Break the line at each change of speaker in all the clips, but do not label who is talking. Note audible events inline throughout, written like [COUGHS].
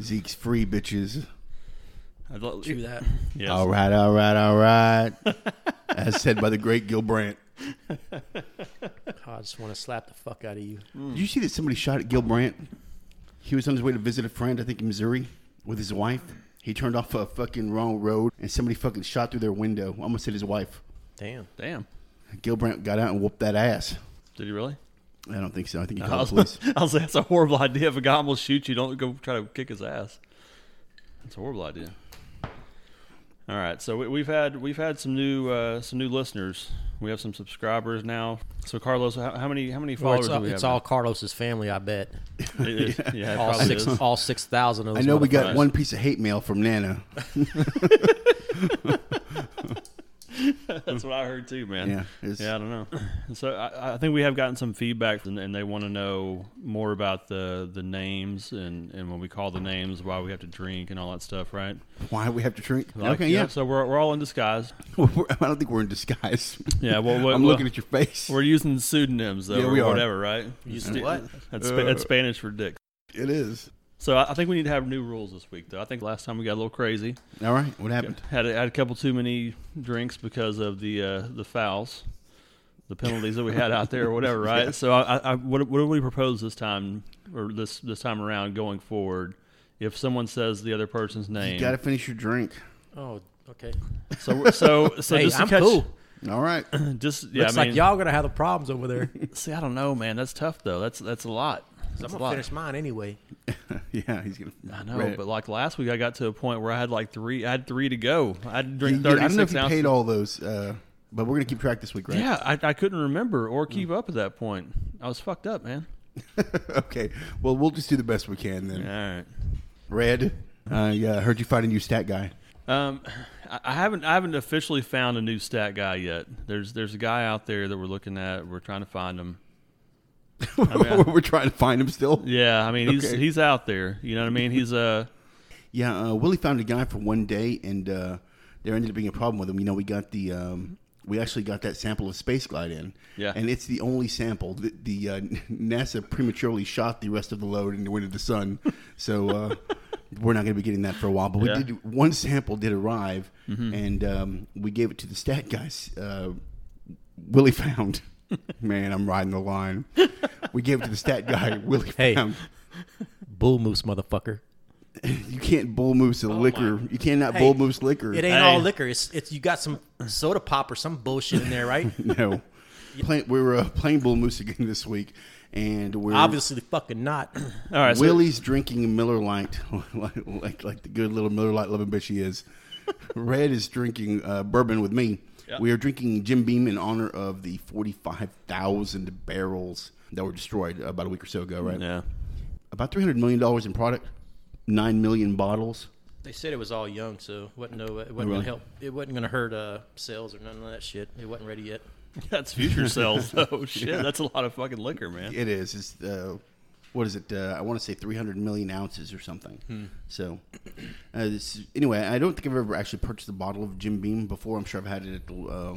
Zeke's free bitches.
I'd love
Do that.
Yes.
Oh,
All right, all right, all
[LAUGHS]
right. As said by the great Gil Brandt.
[LAUGHS] I just want to slap the fuck out of you.
Mm.
Did you see that somebody shot at Gil Brandt? He was on his way to visit a friend, I think in Missouri, with his wife. He turned off a fucking wrong road, and somebody fucking shot through their window. Almost hit his wife.
Damn.
Damn.
Gil Brandt got out and whooped that ass.
Did he really?
I don't think so. I think he
I [LAUGHS]
called
was,
the police.
I was like, that's a horrible idea. If a guy will shoot you, don't go try to kick his ass. That's a horrible idea. All right, so we, we've had we've had some new uh, some new listeners. We have some subscribers now. So Carlos, how, how many how many
Well,
followers
it's
do
all,
we
it's
have?
all Carlos's family, I bet. [LAUGHS]
now? It is. yeah, it
All
probably
six,
is.
all six thousand of
I
those.
know we got
motherfuckers.
one piece of hate mail from Nana.
[LAUGHS] That's what I heard too, man.
Yeah, it's-
yeah, I don't know. [CLEARS THROAT] So I, I think we have gotten some feedback, and, and they want to know more about the the names and and when we call the names, why we have to drink and all that stuff, right?
Why we have to drink?
Like,
okay, yeah. [LAUGHS]
So we're we're all in disguise.
We're- I don't think we're in disguise.
Yeah, well, well
I'm
well-
looking at your face.
We're using pseudonyms though,
Yeah,
or
we are.
whatever, right?
Using what?
That's, Spa- that's Spanish for dick.
It is.
So I I think we need to have new rules this week, though. I think last time we got a little crazy.
All right, what happened?
Had a, had a couple too many drinks because of the uh, the fouls, the penalties that we had out there, or
[LAUGHS]
whatever, right? So I, I, I- what what do we propose this time, or this this time around, going forward? If someone says the other person's name,
You got to finish your drink.
Oh, okay.
[LAUGHS]
so so so
hey,
just to
I'm
catch,
cool.
All
[LAUGHS]
right. [LAUGHS]
Just yeah,
Looks
I mean,
like y'all gonna have the problems over [LAUGHS] there.
see, I don't know, man. That's tough though. That's that's a lot.
I'm
That's a
gonna
lot.
finish mine anyway.
yeah, he's gonna.
I know,
Right.
but like last week, I got to a point where I had like three. I had three to go. I had to
You-
drink
you- I
thirty
don't know if
six
you
ounces.
paid all those, uh, but we're gonna keep track this week, right?
yeah, I, I couldn't remember
Hmm.
or keep up at that point. I was fucked up, man.
[LAUGHS] okay. Well, we'll just do the best we can then.
All right.
Red, I uh, heard you find a new stat guy.
Um, I I haven't I haven't officially found a new stat guy yet. There's there's a guy out there that we're looking at. We're trying to find him. mean, I-
[LAUGHS] we're trying to find him still.
Yeah, I mean he's
Okay.
he's out there. You know what I mean? He's uh
Yeah, uh, Willie found a guy for one day, and uh, there ended up being a problem with him. You know, we got the um, we actually got that sample of Space Glide in,
Yeah.
and it's the only sample. The, the uh, [LAUGHS] NASA prematurely shot the rest of the load and it went into the sun, so uh, we're not going to be getting that for a while. But we
Yeah. Mm-hmm.
did one sample did arrive, and um, we gave it to the stat guys. Uh, Willie found. [LAUGHS] Man, I'm riding the line. We gave it to the stat guy, Willie
Hey.
found.
Bull moose, motherfucker.
You can't bull moose
Oh
a liquor. You cannot bull
Hey,
moose liquor.
It ain't
Hey.
all liquor. It's it's you got some soda pop or some bullshit in there, [LAUGHS] right?
[LAUGHS] No. Play, we were uh, playing Bull Moose again this week, and we're
Obviously, fucking not.
all right. So,
Willie's drinking Miller Lite, [LAUGHS] like, like like the good little Miller Lite loving bitch he is.
[LAUGHS]
Red is drinking uh, bourbon with me.
Yeah.
We are drinking Jim Beam in honor of the forty-five thousand barrels that were destroyed uh, about a week or so ago. Right,
yeah. [LAUGHS]
about three hundred million dollars in product, nine million bottles.
[CLEARS THROAT] They said it was all young, so wasn't no, it wasn't gonna help. It wasn't gonna hurt uh, sales or none of that shit. It wasn't ready yet.
That's future sales though. [LAUGHS] Shit, that's a lot of fucking liquor, man.
It is. It's uh, what is it? Uh, I want to say 300 million ounces or something. So, uh, this, anyway, I don't think I've ever actually purchased a bottle of Jim Beam before. I'm sure I've had it at the, uh,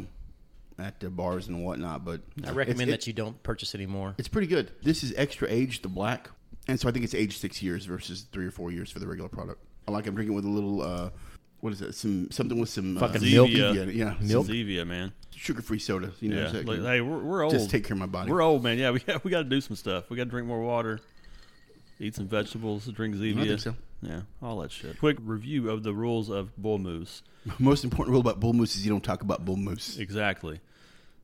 at the bars and whatnot, but
I recommend
it's,
that you don't purchase anymore.
It's pretty good. This is extra aged, the black, and so I think it's aged six years versus three or four years for the regular product. I like. I'm drinking with a little. Uh, what is that? Some something with some
Fucking
uh,
milk.
Yeah, yeah, milk,
Zevia, man.
sugar-free soda. You know,
Yeah.
so I
Like,
can
hey, we're, we're old.
just take care of my body.
We're old, man. Yeah, we [LAUGHS] got, we got to do some stuff. We got to drink more water, eat some vegetables, drink Zevia.
think so.
Yeah, all that shit. Quick review of the rules of bull moose.
Most important rule about bull moose is you don't talk about bull moose.
Exactly.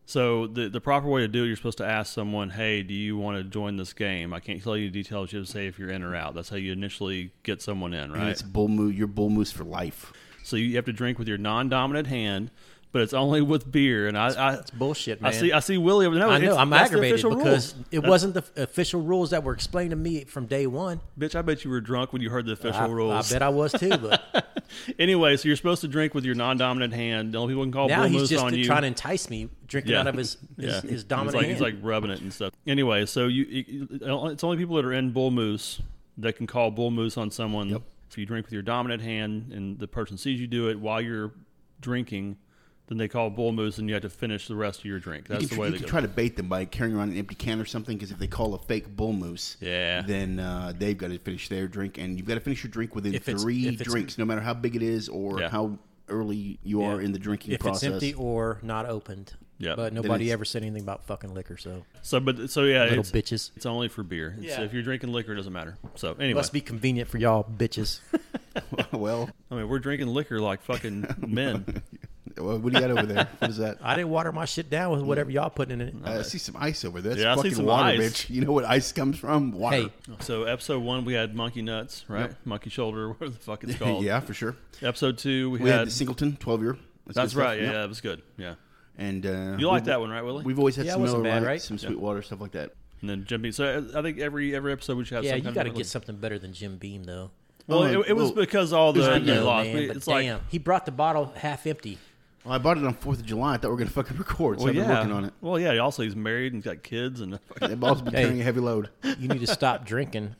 So the the proper way to do it, you're supposed to ask someone, "Hey, do you want to join this game?" I can't tell you the details. You have to say if you're in or out. That's how you initially get someone in,
And
right?
it's bull moose. You're bull moose for life.
So you have to drink with your non-dominant hand, but it's only with beer. And I, I
It's bullshit,
I
man.
see, I see Willie. over there. No,
I know.
Oh, it's-
I'm
that's the
aggravated
official
because
rules.
it wasn't the f- official rules that were explained to me from day one.
Bitch, I bet you were drunk when you heard the official
I,
rules.
I bet I was too,
[LAUGHS]
but
Anyway, so you're supposed to drink with your non-dominant hand. The only people who can call
now
bull
he's
moose
just
on you.
trying to entice me drinking
Yeah.
out of his his,
yeah,
his
He's
dominant
like,
hand.
he's like rubbing it and stuff. Anyway, so you, you- it's only people that are in bull moose that can call bull moose on someone. If you drink with your dominant hand and the person sees you do it while you're drinking, the Then they call bull moose, and you have to finish the rest of your drink. That's
you can,
the way
you
they
can
go.
try to bait them by carrying around an empty can or something. Because if they call a fake bull moose,
Yeah.
then uh, they've got to finish their drink, and you've got to finish your drink within
If it's-
three
if it's-
drinks, no matter how big it is or
Yeah.
how early you are
Yeah.
in the drinking
if
process. [LAUGHS]
it's empty or not opened.
Yeah.
But
Then
nobody
it's-
ever said anything about fucking liquor, so
so, but so yeah,
little
it's,
bitches.
it's only for beer. It's-
Yeah.
if you're drinking liquor, it doesn't matter. So anyway,
Must be convenient for y'all bitches.
well,
I mean, we're drinking liquor
[LAUGHS]
like fucking men.
well, what do you got over there? What is that?
[LAUGHS] I didn't water my shit down with whatever y'all putting in it.
Uh, I see some ice over there. That's
Yeah, I see
fucking
some
water,
ice.
bitch. You know what ice comes from? Water.
Hey,
[LAUGHS]
So episode one, we had monkey nuts, right? Monkey shoulder, [LAUGHS] whatever the
[LAUGHS]
fuck it's called.
yeah, for sure.
Episode two, we,
We
had.
had the Singleton, 12 year.
that's
good stuff.
right. Yeah,
Yep.
that was good. Yeah.
And uh,
You like
we've-
that one, right, Willie?
We've always had
Yeah, it
some Miller
wasn't bad,
Lite,
right?
some sweet water, stuff like that.
and then Jim Beam. So uh, I I think every every episode we should have.
yeah,
some
you
kind
got to
of
get something better than Jim Beam, though. Oh,
Well,
Oh,
it, it was
well,
because all
it's
the
good,
they
though,
lost.
man, but
it's like
damn, he brought the bottle half empty.
Well, I bought it on 4th of July. I thought we were going to fucking [LAUGHS] record, so
well,
I've been
yeah.
working on it.
Well, yeah. Also, he's married and got kids, and [LAUGHS]
I've also been
Hey.
carrying a heavy load. [LAUGHS]
You need to stop drinking.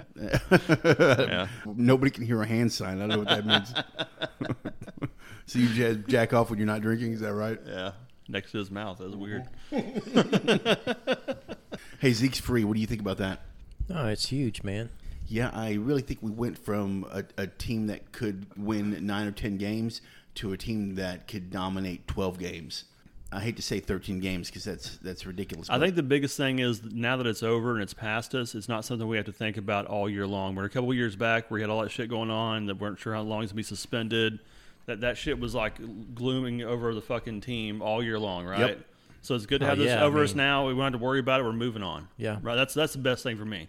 [LAUGHS]
yeah.
Nobody can hear a hand sign. I don't know what that means. [LAUGHS] so you ja- jack off when you're not drinking? Is that right?
yeah, next to his mouth. That's weird.
Hey, Zeke's free. What do you think about that?
No, Oh, it's huge, man.
Yeah, I really think we went from a, a team that could win nine or ten games to a team that could dominate twelve games. I hate to say thirteen games because that's that's ridiculous.
I
but
think the biggest thing is now that it's over and it's past us, it's not something we have to think about all year long. Where a couple of years back, we had all that shit going on that weren't sure how long it's gonna be suspended. That that shit was like glooming over the fucking team all year long, right?
Yep.
So it's good to
Oh,
have this
yeah, I
over us
mean-
now. We don't have to worry about it. We're moving on.
Yeah.
right. That's that's the best thing for me.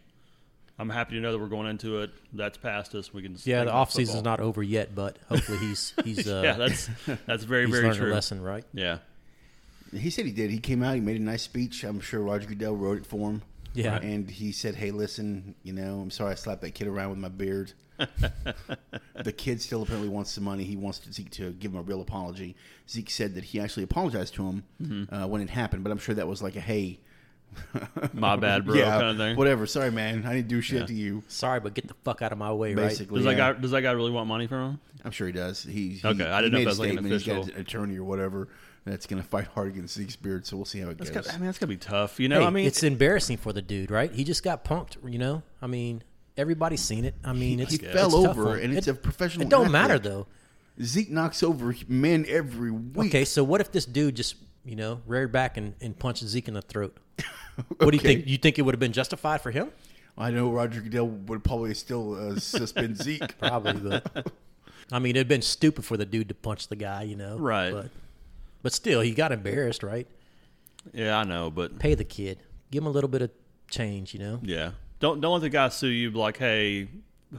I'm happy to know that we're going into it. That's past us. We can. just
Yeah,
think
the
about
off season's
football.
not over yet, but hopefully [LAUGHS] he's he's uh,
yeah, that's that's very
he's
very
learned
true.
a lesson, right?
Yeah,
he said he did. He came out. He made a nice speech. I'm sure Roger Goodell wrote it for him.
Yeah. Right.
and he said, "Hey, listen, you know, I'm sorry I slapped that kid around with my
[LAUGHS]
beard." the kid still apparently wants some money. He wants to, Zeke to give him a real apology. Zeke said that he actually apologized to him
Mm-hmm.
uh, when it happened, but I'm sure that was like a hey,
my
[LAUGHS]
bad, bro. kind of thing.
Whatever. Sorry, man. I didn't do shit
Yeah.
to you.
Sorry, but get the fuck out of my way,
Basically,
Does that
yeah.
guy does that guy really want money from him?
I'm sure he does. He, he
Okay, I didn't know
he made
if that
a
was like an
statement. He's got
official-
an attorney or whatever that's going to fight hard against Zeke's beard. So we'll see how it
That's
goes.
gotta, I mean, that's gotta be tough. You
right?
know,
Hey,
I mean,
it's embarrassing for the dude, right? He just got punked, you know. I mean, everybody's seen it. I mean, it's
he
it's
fell
tough
over,
on-
and it's a professional
It don't
athlete.
matter though.
Zeke knocks over men every week.
Okay, so what if this dude just you know reared back and, and punched Zeke in the [LAUGHS] throat? What do you
Okay.
think? You think it would have been justified for him?
I know Roger Goodell would probably still uh, [LAUGHS] suspend Zeke.
Probably, [LAUGHS] but I mean, it'd been stupid for the dude to punch the guy, you know.
Right.
But but still, he got embarrassed, right?
yeah, I know, but
Pay the kid, give him a little bit of change, you know.
yeah, don't don't let the guy sue you. Like, hey,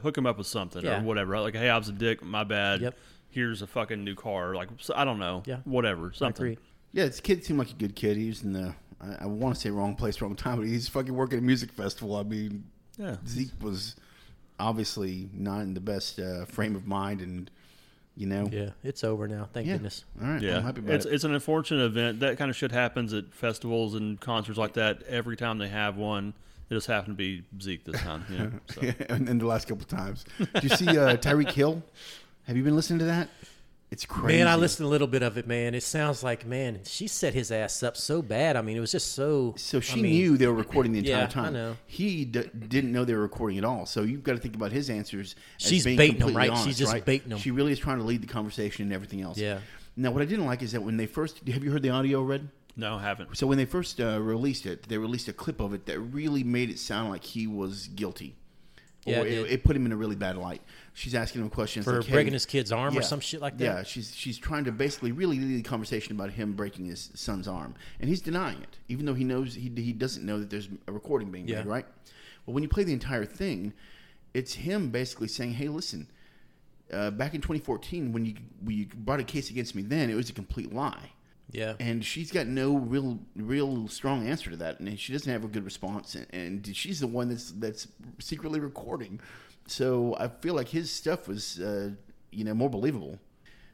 hook him up with something
Yeah.
or whatever. Like, hey, I was a dick. My bad.
Yep.
Here's a fucking new car. Like, so- I don't know.
Yeah.
whatever. Something.
Agree.
Yeah, this kid seemed like a good kid. He was in the, I, I want to say wrong place, wrong time, but he's fucking working at a music festival. I mean,
Yeah.
Zeke was obviously not in the best uh, frame of mind, and, you know.
Yeah, it's over now. Thank
Yeah.
goodness.
All right.
Yeah,
I'm happy about
it's
it.
it's an unfortunate event. That kind of shit happens at festivals and concerts like that. Every time they have one, it just happened to be Zeke this time. You know? so.
[LAUGHS] [LAUGHS] and, and the last couple of times. Did you see
[LAUGHS]
uh, Tyreek Hill? Have you been listening to that? It's crazy.
Man, I listened a little bit of it, man. It sounds like, man, she set his ass up so bad. I mean, it was just so.
So
I
she
mean,
knew they were recording the entire
Yeah, I
time.
know.
He d- didn't know they were recording at all. So you've got to think about his answers. as
She's
being
baiting 'em,
completely
right?
honest,
She's just
right?
baiting 'em.
She really is trying to lead the conversation and everything else.
Yeah.
Now, what I didn't like is that when they first have you heard the audio read?
No, I
[LAUGHS]
haven't.
So when they first uh, released it, they released a clip of it that really made it sound like he was guilty.
Yeah,
or
it
it,
did.
it put him in a really bad light. She's asking him questions
For
like, hey-
breaking his kid's arm or
yeah.
some shit like that.
Yeah, she's she's trying to basically really lead the conversation about him breaking his son's arm, and he's denying it, even though he knows he he doesn't know that there's a recording being
Yeah.
made, right? Well, when you play the entire thing, it's him basically saying, "Hey, listen." Uh, back in 2014, when you when you brought a case against me, then it was a complete lie,
Yeah.
and she's got no real real strong answer to that, and she doesn't have a good response, and, and she's the one that's that's secretly recording. So I feel like his stuff was uh, you know more believable.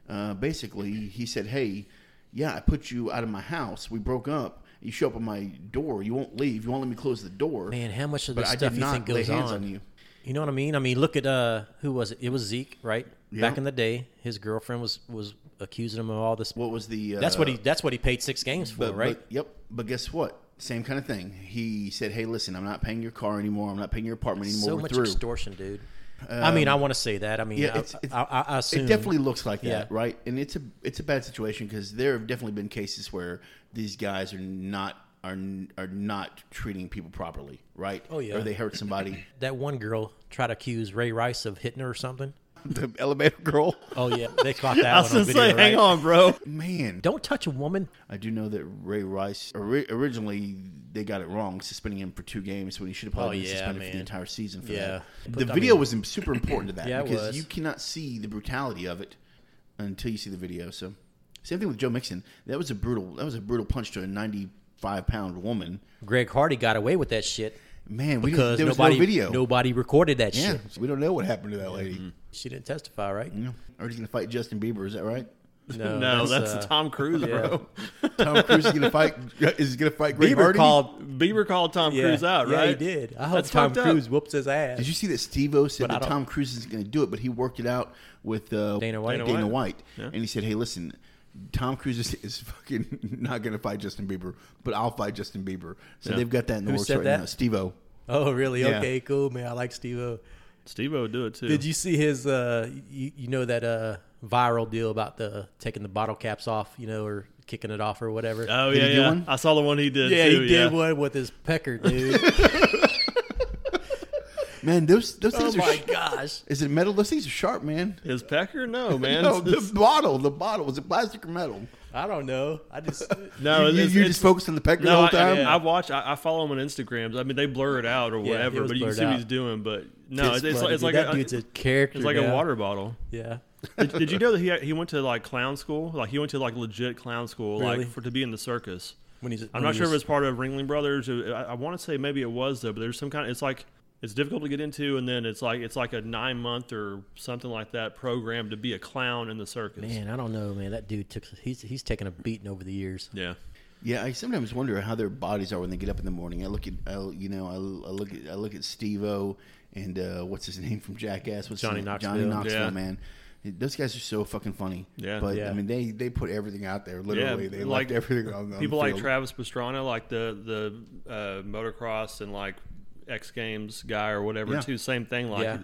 Uh, basically, he said, "Hey, yeah, I put you out of my house. We broke up. You show up at my door. You won't leave. You won't let me close the door.
Man, how much of
but
this
I
stuff
did
you
not
think
lay
goes
hands
on?
on you."
You know what I mean? I mean, look at uh, who was it? It was Zeke, right?
Yeah.
Back in the day, his girlfriend was was accusing him of all this.
What was the? Uh,
that's what he. That's what he paid six games for,
But,
right?
but- yep. But guess what? Same kind of thing. He said, "Hey, listen, I'm not paying your car anymore. I'm not paying your apartment anymore.
so
We're
much
through."
extortion, dude. I mean, I want to say that. I mean,
Yeah,
I,
it's- it's-
I, I, I assume
It definitely looks like that,
Yeah.
right? And it's a it's a bad situation because there have definitely been cases where these guys are not are are not treating people properly, right?
Oh, yeah.
or they hurt somebody. [LAUGHS]
that one girl tried to accuse Ray Rice of hitting her or something.
the elevator
[LAUGHS]
girl,
Oh yeah, they [LAUGHS] caught that.
I was
one on
gonna
video,
say, hang
right?
on, bro.
man.
Don't touch a woman.
I do know that Ray Rice ori- originally they got it wrong, suspending him for two games when he should have probably
Oh,
been
yeah,
suspended for the
man.
entire season. For
Yeah.
that.
But,
the
I
video
mean-
was im- super important to that
[CLEARS THROAT] Yeah, it
because
was.
you cannot see the brutality of it until you see the video. So, same thing with Joe Mixon. That was a brutal. That was a brutal punch to a ninety-five pound woman.
Greg Hardy got away with that shit
Man, we didn't,
because
there was
nobody
no video.
nobody recorded that
yeah, Mm-hmm.
shit.
so we don't know what happened to that lady.
She didn't testify, right?
You know, or he's gonna fight Justin Bieber. Is that right?
[LAUGHS] No, that's,
uh,
Tom Cruise, bro.
Tom Cruise is gonna
[LAUGHS]
fight. Is he gonna fight Greg
Bieber
Hardy?
called.
Bieber called Tom Cruise out,
Yeah,
right?
he did. I hope
That's
Tom
fucked up.
Cruise whoops his ass.
Did you see that Steve O said
But I
that
don't-
Tom Cruise isn't going to do it, but he worked it out with uh,
Dana White.
Dana,
Dana
White.
White.
And he said, hey, listen, Tom Cruise is, is fucking [LAUGHS] not going to fight Justin Bieber, but I'll fight Justin Bieber. So
Yeah.
they've got that in the
Who
works
said
right
that?
now. Steve O.
Oh, really?
Yeah.
Okay, cool, man. I like Steve O.
Steve O would do it too.
Did you see his? Uh, you, you know that uh, viral deal about the taking the bottle caps off, you know, or kicking it off or whatever.
Oh
Did
yeah,
he do
yeah.
one?
I saw the one he did.
yeah,
too,
he did
yeah.
one with his
[LAUGHS]
pecker, dude.
Man, those, those
oh
things are.
my
[LAUGHS]
sh-
gosh!
Is it metal? Those things are sharp, man.
His pecker?
[LAUGHS]
No, man.
no,
It's- it's-
the bottle. The bottle. Was it plastic or metal?
I don't know. I just
you,
no,
you-
it's-
you
it's-
just focused on the pecker the
no,
whole
I,
time?
I, I watch. I, I follow him on Instagram. I mean, they blur it out or
Yeah, it
whatever,
was
but you can
blurred
see what
out.
he's doing. But no, it's, it's,
funny,
like- it's
dude.
like
that
a,
dude's a
it's
character.
like
man.
a water
[LAUGHS]
bottle.
Yeah.
did, did you know that he he went to like clown school? Like he went to like legit clown school,
Really?
like for to be in the circus.
When he's,
I'm not sure if it was part of Ringling Brothers. or- I, I want to say maybe it was though, but there's some kind. It's like it's difficult to get into, and then it's like it's like a nine month or something like that program to be a clown in the circus.
Man, I don't know, man. That dude took he's he's taken a beating over the years. [LAUGHS]
Yeah,
Yeah, I sometimes wonder how their bodies are when they get up in the morning. I look at, I, you know, I, I look at, I look at Steve O and uh, what's his [LAUGHS] name from Jackass? What's his
Johnny
name?
Knoxville.
Johnny Knoxville,
Yeah.
man. Those guys are so fucking funny.
Yeah.
but I
Yeah.
mean, they they put everything out there. Literally, they
like,
left everything on. on
people
the
like
field.
Travis Pastrana, like the the uh, motocross and like X Games guy or whatever.
Yeah.
Too same thing. Like
Yeah.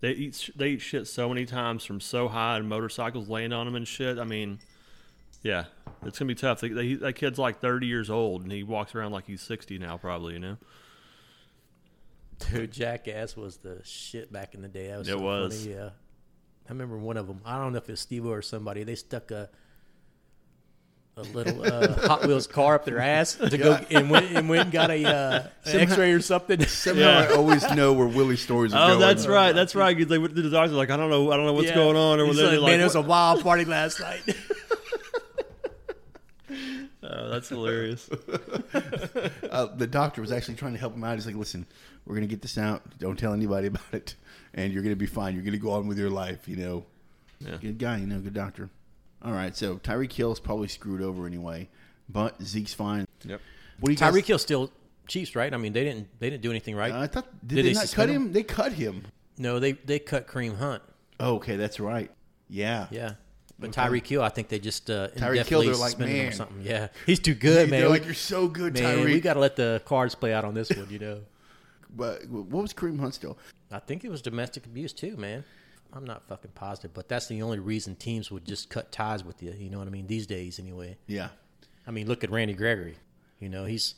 they eat sh- they eat shit so many times from so high and motorcycles laying on them and shit. I mean, yeah, it's gonna be tough. They, they, that kid's like thirty years old and he walks around like he's sixty now, probably. You know,
Dude, Jackass was the shit back in the day. That was
It
so
was.
Funny. Yeah, I remember one of them. I don't know if it's Steve or somebody. They stuck a a little
[LAUGHS]
uh, Hot Wheels car up their ass to go and went and went and got a
[LAUGHS]
uh, an X-ray or something.
Somehow
Yeah.
I always know where Willie's
[LAUGHS]
stories are
Oh,
going.
that's right. That's right. 'cause They went to the doctor like, I don't know, I don't know what's
Yeah.
going on, or
He's
whether
like,
they're
man, it
like,
was a wild party last
[LAUGHS]
night.
oh, that's [LAUGHS] hilarious.
Uh, the doctor was actually trying to help him out. He's like, "Listen, we're gonna get this out. Don't tell anybody [LAUGHS] about it, and you're gonna be fine. You're gonna go on with your life." You know,
Yeah.
good guy. You know, good doctor. All right, so Tyreek Hill's probably screwed over anyway, but Zeke's fine.
yep.
What do you guys-
[LAUGHS] Tyreek Hill still Chiefs, right? I mean, they didn't they didn't do anything right.
Uh, I thought did,
Did
they,
they
not cut
suspend
him?
him?
They cut him.
no, they they cut Kareem Hunt.
Oh, okay, that's right. Yeah,
Yeah. But
Okay.
Tyreek Hill, I think they just uh,
Hill,
indefinitely
they're like,
suspended him
"Man."
or something. Yeah, he's too
[LAUGHS]
good,
They're
man.
like you're so good,
Man, we
Tyreek.
got to let the cards play out on this one, you know.
but what was Kareem Hunt still?
I think it was domestic abuse too, man. I'm not fucking positive, but that's the only reason teams would just cut ties with you. You know what I mean? These days, anyway.
Yeah,
I mean, look at Randy Gregory. You know, he's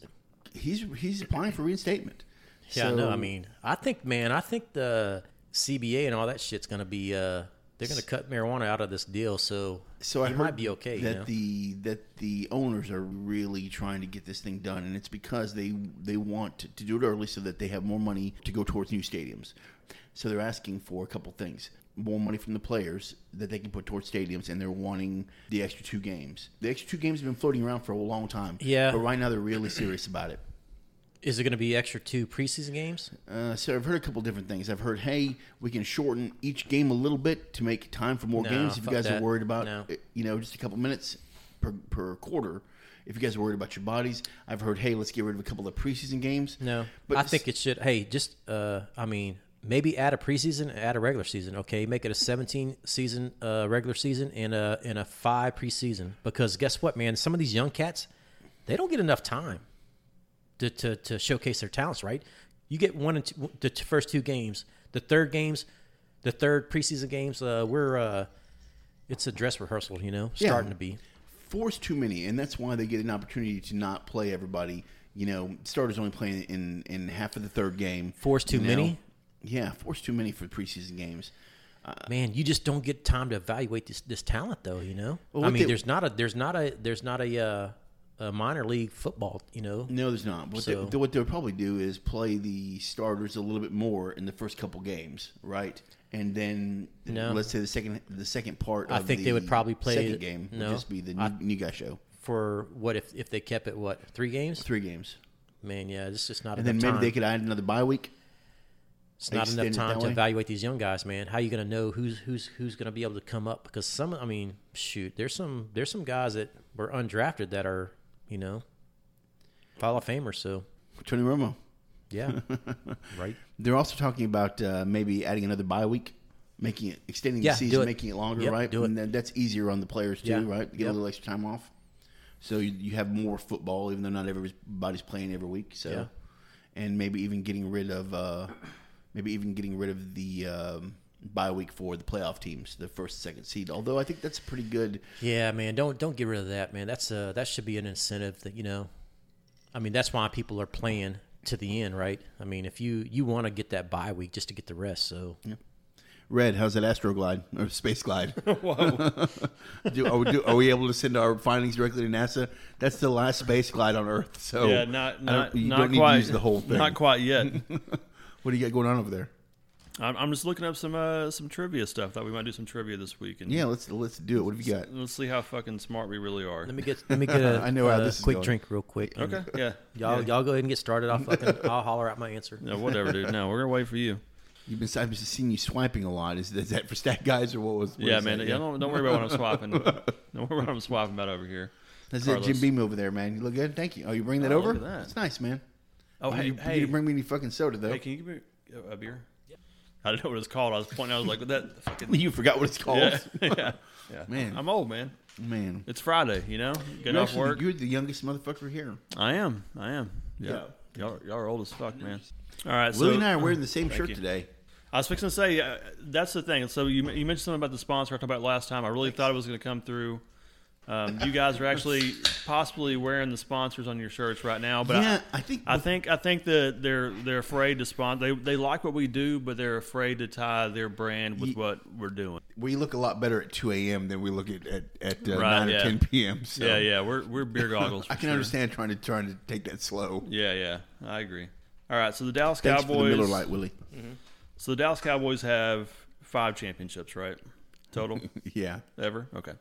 he's he's applying for reinstatement.
yeah.
So-
no, I mean, I think, man, I think the CBA and all that shit's gonna be. uh They're gonna cut marijuana out of this deal, so
So I
he
heard
might be okay.
That
you know?
the that the owners are really trying to get this thing done, and it's because they they want to, to do it early so that they have more money to go towards new stadiums. So they're asking for a couple things: more money from the players that they can put towards stadiums, and they're wanting the extra two games. The extra two games have been floating around for a long time.
Yeah.
but right now they're really serious about it.
Is it gonna be extra two preseason games?
Uh, so I've heard a couple different things. I've heard, hey, we can shorten each game a little bit to make time for more
No,
games. If you
fuck
guys are
that.
worried about,
No.
uh, you know, just a couple minutes per, per quarter. If you guys are worried about your bodies, I've heard, hey, let's get rid of a couple of preseason games.
No,
but
I think it should. Hey, just uh, I mean, maybe add a preseason, add a regular season. Okay, make it a 17 season uh, regular season and a and a five preseason. Because guess what, man? Some of these young cats, they don't get enough time to to, to showcase their talents. Right? You get one and two, the t- first two games, the third games, the third preseason games. Uh, we're uh, it's a dress rehearsal, you know,
Yeah.
starting to be.
Force too many, and that's why they get an opportunity to not play everybody. You know, starters only playing in in half of the third game.
Force too
you know?
many?
Yeah, force too many for preseason games.
Man, you just don't get time to evaluate this this talent, though. You know,
Well,
I
what
mean,
they-
there's not a there's not a there's not a, uh, a minor league football. You know,
No, there's not. What,
So-
they, what they'll probably do is play the starters a little bit more in the first couple games, right? And then
No.
let's say the second the second part.
I
of
think they
the
would probably play-
second game.
no.
would just be the new,
I-
new guy show.
for what if if they kept it what three games?
Three games,
Man, yeah, it's just not
and then
enough
maybe
time.
they could add another bye week.
it's not
extend
enough
it
time
that
to
way.
evaluate these young guys, man. How you gonna know who's who's who's gonna be able to come up? Because some, I mean, shoot, there's some there's some guys that were undrafted that are you know, Hall of Famers. So
Tony Romo. [LAUGHS]
yeah, right.
They're also talking about uh, maybe adding another bye week, making it extending
Yeah,
the
do
season,
it.
making it longer,
Yep,
right?
do it.
And then that's easier on the players too,
Yeah,
right? Get a
yep.
little extra time off, so you, you have more football, even though not everybody's playing every week. So,
Yeah.
and maybe even getting rid of, uh, maybe even getting rid of the um, bye week for the playoff teams, the first, second seed. Although I think that's pretty good.
Yeah, man, don't don't get rid of that, man. That's uh that should be an incentive that you know. I mean, that's why people are playing to the end, right? I mean, if you you want to get that bye week just to get the rest, so
Red, how's that Astroglide or Space Glide? [LAUGHS] do, are, we, do, are we able to send our findings directly to NASA? That's the last space glide on Earth. So
yeah, not
Oh. I don't-
not,
you
not
don't
quite.
need to use the whole thing.
[LAUGHS] Not quite yet.
[LAUGHS] What do you got going on over there?
I'm, I'm just looking up some uh, some trivia stuff. Thought we might do some trivia this week, and
Yeah, let's let's do it. What have you got?
let's see how fucking smart we really
[LAUGHS]
are.
let me get let me get a
I know how
a
this is
quick
going.
drink real quick. and
Okay, yeah,
y'all y'all go ahead and get started. I'll
[LAUGHS]
fucking, I'll holler out my answer.
no, whatever, dude. No, we're gonna wait for you.
You've been I've been seeing you swiping a lot. Is, is that for stat guys or what was? What
yeah,
is
man.
That?
Yeah, don't don't worry about what I'm
[LAUGHS]
swapping. don't worry about what I'm swapping about over here.
That's that
Carlos.
Jim Beam over there, man. You look good. Thank you. Oh, you bring that
Oh,
over?
look at that.
That's nice, man.
Oh,
you,
hey,
you
hey,
didn't bring me any fucking soda though. [LAUGHS]
hey, can you give me a- a beer? I didn't know what it was called. I was pointing. I was like, "What that [LAUGHS] fucking
you forgot what it's called,
yeah, [LAUGHS] yeah, yeah."
[LAUGHS] Man.
I'm old, man.
man.
It's Friday, you know. Getting
You're
off
actually-
work.
You're the youngest motherfucker here.
I am. I am. Yeah. Y'all, y'all are old as fuck, man. All right.
Willie
so, oh,
and I are wearing the same
Thank
shirt
you.
today.
I was fixing to say uh, that's the thing. So you, you mentioned something about the sponsor I talked about last time. I really thought it was going to come through. Um, you guys are actually possibly wearing the sponsors on your shirts right now, but
yeah, I, think
I, I think I think that they're they're afraid to sponsor. They they like what we do, but they're afraid to tie their brand with
Ye-
what we're doing.
we look a lot better at 2 a.m. than we look at at, at uh,
Right,
9
yeah.
or 10 p.m. So
Yeah, yeah, we're
[LAUGHS]
we're beer goggles. For
I can
sure.
understand trying to trying to take that slow.
Yeah, yeah, I agree. All right, so the Dallas
Thanks
Cowboys.
for the Miller Lite, Willie.
So the Dallas Cowboys have five championships, right?
[LAUGHS]
Total.
Yeah.
Ever? Okay.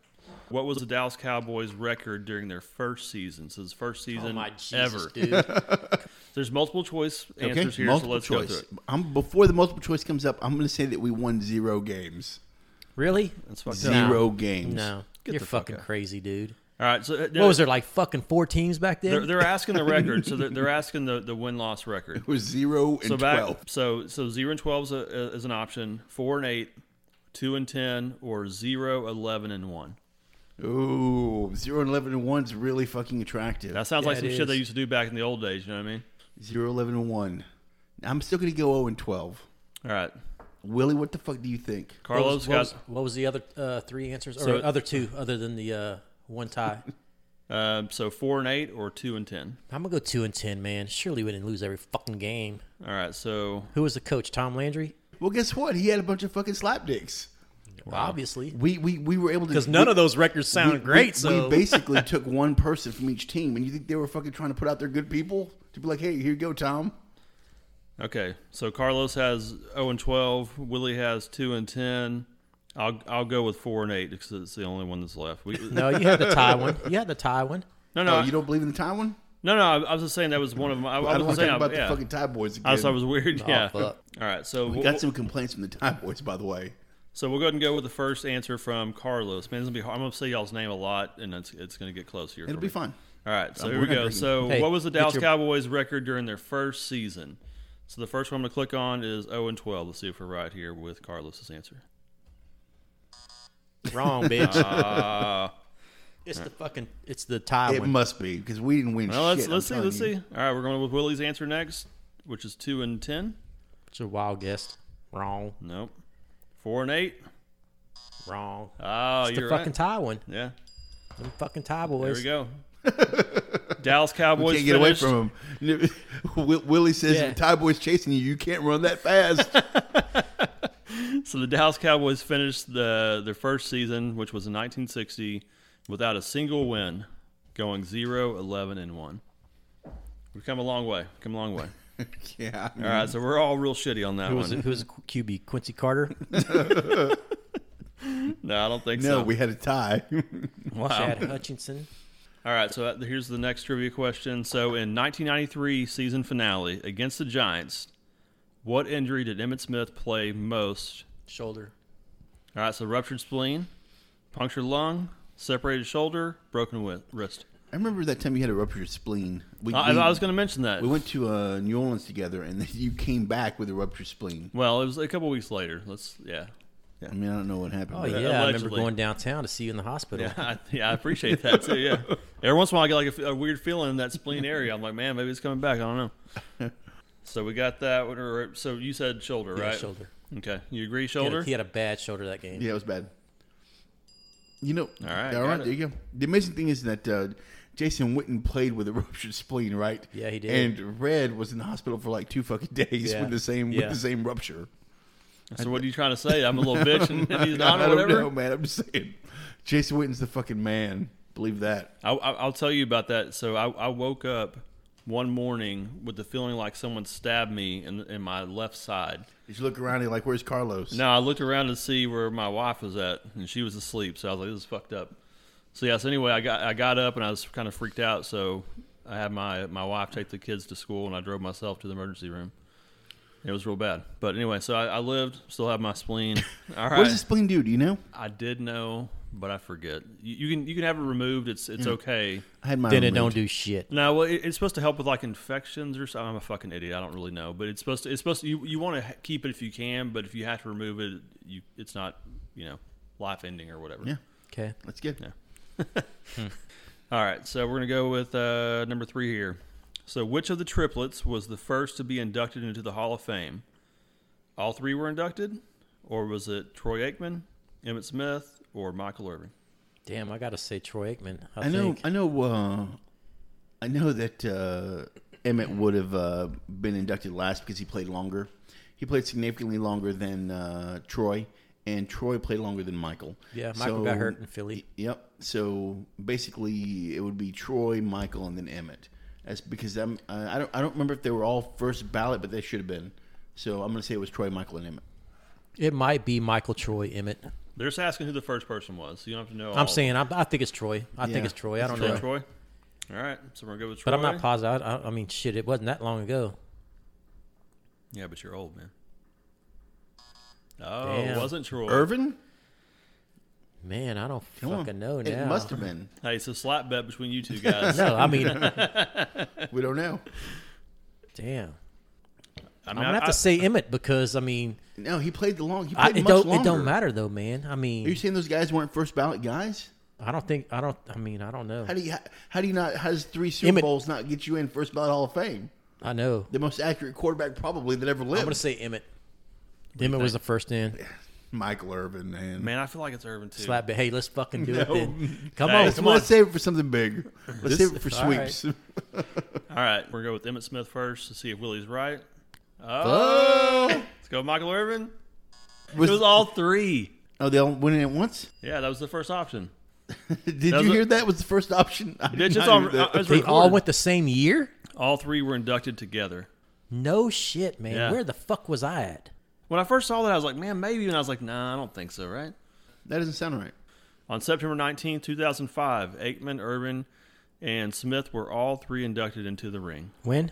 What was the Dallas Cowboys record during their first season? So this first season ever.
Oh,
[LAUGHS]
dude!
There's multiple choice
Okay.
answers here,
multiple
so let's go
choice.
through it.
I'm, before the multiple choice comes up, I'm going to say that we won zero games.
really?
That's fucked up.
Zero games.
No,
Get
you're
the fuck
fucking
out.
crazy, dude.
All right, so uh,
What was there like fucking four teams back then?
They're, they're asking the record,
[LAUGHS]
so they're, they're asking the, the win loss record.
It was zero and
So back,
12.
so so zero and twelve is, a, is an option. Four and eight, two and ten, or zero, 11, and one.
Ooh, zero and 11 and 1's really fucking attractive.
That sounds
Yeah,
like some
it
shit they
is.
used to do back in the old days. You know what I mean?
Zero, 11 and 1. I'm still going to go 0 and 12.
All right,
Willie, what the fuck do you think?
what
Carlos
was, what
got
was, what was the other uh, three answers or
So-
other two other than the uh, one tie?
um, so four and eight or two and ten.
I'm gonna go two and ten, man. Surely we didn't lose every fucking game.
All right, so
Who was the coach? Tom Landry,
Well, guess what? He had a bunch of fucking slapdicks.
obviously,
We, we, we were able to.
because none of those records sound great.
We,
so
we
[LAUGHS]
basically took one person from each team, and you think they were fucking trying to put out their good people to be like, "Hey, here you go, Tom."
Okay, so Carlos has zero and twelve. Willie has two and ten. I'll I'll go with four and eight because it's the only one that's
[LAUGHS]
left. We, no,
no, you had the tie one. You had the tie one.
no,
No,
no,
Oh, you don't believe in the tie one?
no, I, I was just saying that was one of them. I,
I
I
don't
was
want to
saying
talk about
yeah.
the fucking tie boys again.
I just thought it was weird. yeah.
fuck.
[LAUGHS] All right, so
we
we'll,
got some complaints from the tie boys, by the way.
so we'll go ahead and go with the first answer from Carlos. Man, it's gonna be hard. I'm gonna say y'all's name a lot, and it's it's gonna get close here.
It'll
for
be
me.
fun.
All right, so
I'm
here we go.
wondering.
So
Hey,
what was the
get
Dallas
your-
Cowboys record during their first season? So the first one I'm going to click on is 0 and 12. Let's see if we're right here with Carlos's answer.
Wrong, bitch.
Uh,
it's the fucking. It's the tie
It
one.
must be because we didn't win.
well, let's
shit, I'm
let's see.
telling
Let's
you.
see. All right, we're going with Willie's answer next, which is 2 and 10.
It's a wild guess. Wrong.
Nope. 4 and 8.
Wrong.
Oh,
It's
you're
the fucking
right.
tie one.
yeah.
Them fucking tie
There
boys.
[LAUGHS]
we go. Dallas Cowboys
Can't get away
finished.
from him. [LAUGHS] Will- Willie says,
Yeah.
"If Ty Boy's chasing you. You can't run that
[LAUGHS]
fast."
So the Dallas Cowboys finished the their first season, which was in 1960, without a single win, going 0, 11, and 1. We've come a long way. Come a long way.
yeah. I mean,
All right, so we're all real shitty on that
Who was
one.
who was QB? Quincy [LAUGHS] Carter.
No, I don't think
No,
so.
we had a [LAUGHS] tie.
Chad Hutchinson.
All right, so that- here's the next trivia question. So in 1993 season finale against the Giants, what injury did Emmett Smith play most?
Shoulder.
All right, so ruptured spleen, punctured lung, separated shoulder, broken wi- wrist.
I remember that time you had a ruptured spleen. We,
I,
we-
I was going to mention that.
we went to uh, New Orleans together, and you came back with a ruptured spleen.
Well, it was a couple weeks later. Let's yeah. [LAUGHS]
I mean, I don't know what happened.
Oh
but-
yeah, I remember
allegedly.
going downtown to see you in the hospital.
Yeah, I, yeah, I appreciate that too. Yeah, every once in a while I get like a f- a, weird feeling in that spleen area. I'm like, man, maybe it's coming back. I don't know. So we got that. one, or- So you said shoulder,
Yeah,
right?
shoulder.
Okay, you agree,
He had,
shoulder.
a, he had a bad shoulder that game.
Yeah, it was bad. You know,
All right,
all
got
right,
it.
there you go. The amazing thing is that uh, Jason Witten played with a [LAUGHS] ruptured spleen, right?
Yeah, he did.
And Red was in the hospital for like two fucking [LAUGHS] days
Yeah.
with the same
Yeah.
with the same rupture.
So what are you trying to say? I'm a little bitch and
[LAUGHS]
he's
I
not or
don't
whatever.
know, man. I'm just saying, Jason Witten's the fucking man. Believe that.
I, I, I'll tell you about that. So I, I woke up one morning with the feeling like someone stabbed me in, in my left side.
Did you look around? and You're like, "Where's Carlos?"
No, I looked around to see where my wife was at, and she was asleep. So I was like, "This is fucked up." So yeah. So anyway, I got I got up and I was kind of freaked out. So I had my my wife take the kids to school, and I drove myself to the emergency room. It was real bad, but anyway. So I, I lived, still have my
[LAUGHS]
spleen. All
What does
right,
the spleen do? Do you know?
I did know, but I forget. You, you can you can have it removed. It's it's okay.
I had my.
Then it don't do shit.
No, well, it, it's supposed to help with like infections or something. I'm a fucking idiot. I don't really know, but it's supposed to. It's supposed to. You, you want to keep it if you can, but if you have to remove it, you it's not you know life ending or whatever.
Yeah,
Okay.
that's good.
Yeah. All right, so we're gonna go with uh, number three here. So, which of the triplets was the first to be inducted into the Hall of Fame? All three were inducted, or was it Troy Aikman, Emmett Smith, or Michael Irving?
Damn, I gotta say Troy Aikman. I,
I know.
think.
I know. Uh, I know that uh, Emmett would have uh, been inducted last because he played longer. He played significantly longer than uh, Troy, and Troy played longer than Michael.
Yeah, Michael got hurt in Philly.
Yep. So basically, it would be Troy, Michael, and then Emmett. That's because I'm, I I don't. I don't remember if they were all first ballot, but they should have been. So I'm going to say it was Troy, Michael, and Emmett.
It might be Michael Troy Emmett.
They're just asking who the first person was. So you don't have to know. all.
I'm saying I, I think it's Troy. I
Oh. Yeah.
think it's Troy. I don't
Troy.
know,
Troy. All right, so we're gonna go with Troy.
but I'm not positive. I, I- I mean, shit, it wasn't that long ago.
Yeah, but you're old, man. Oh, it
Damn.
wasn't Troy.
Irvin.
Man, I don't
Come on.
fucking know
It
now.
must have been.
Hey, so slap bet between you two guys.
[LAUGHS] No, I mean,
We don't know.
[LAUGHS] damn.
I
I'm
mean,
gonna have
I-
to say Emmett because I mean,
No, he played the long. He
I,
played
it
much
don't
longer.
it don't matter though, man. I
Are you
mean,
saying those guys weren't first ballot guys?
I don't think I don't. I mean, I don't know.
How do you how, do you not how does three Super
Emmett-
Bowls not get you in first ballot Hall of Fame?
I know.
The most accurate quarterback probably that ever lived.
I'm gonna say Emmett. Emmett was the first in.
Michael Irvin, man.
man, I feel like it's Irvin too.
Slap it. Hey, let's fucking do it
No. [LAUGHS]
then. Come
Hey,
on.
come
Let's save it for something big. Let's
This-
save it for
all right.
sweeps.
All right, we're gonna go with Emmett Smith first to see if Willie's right. Uh,
Oh.
Let's go, Michael Irvin.
[LAUGHS] Was-
it was all three.
oh, they all went in at once. [LAUGHS]
Yeah, that was the first option.
Did
was
you
a-
hear that? Was the first option? [LAUGHS] I did
It's just
not
on,
hear that.
uh, it's
They all
recorded.
went the same year?
All three were inducted together.
No shit, man.
Yeah.
Where the fuck was I at?
When I first saw that, I was like, man, maybe. And I was like, nah, I don't think so, right?
that doesn't sound right.
On September 19, 2005, Aikman, Irvin, and Smith were all three inducted into the ring.
When?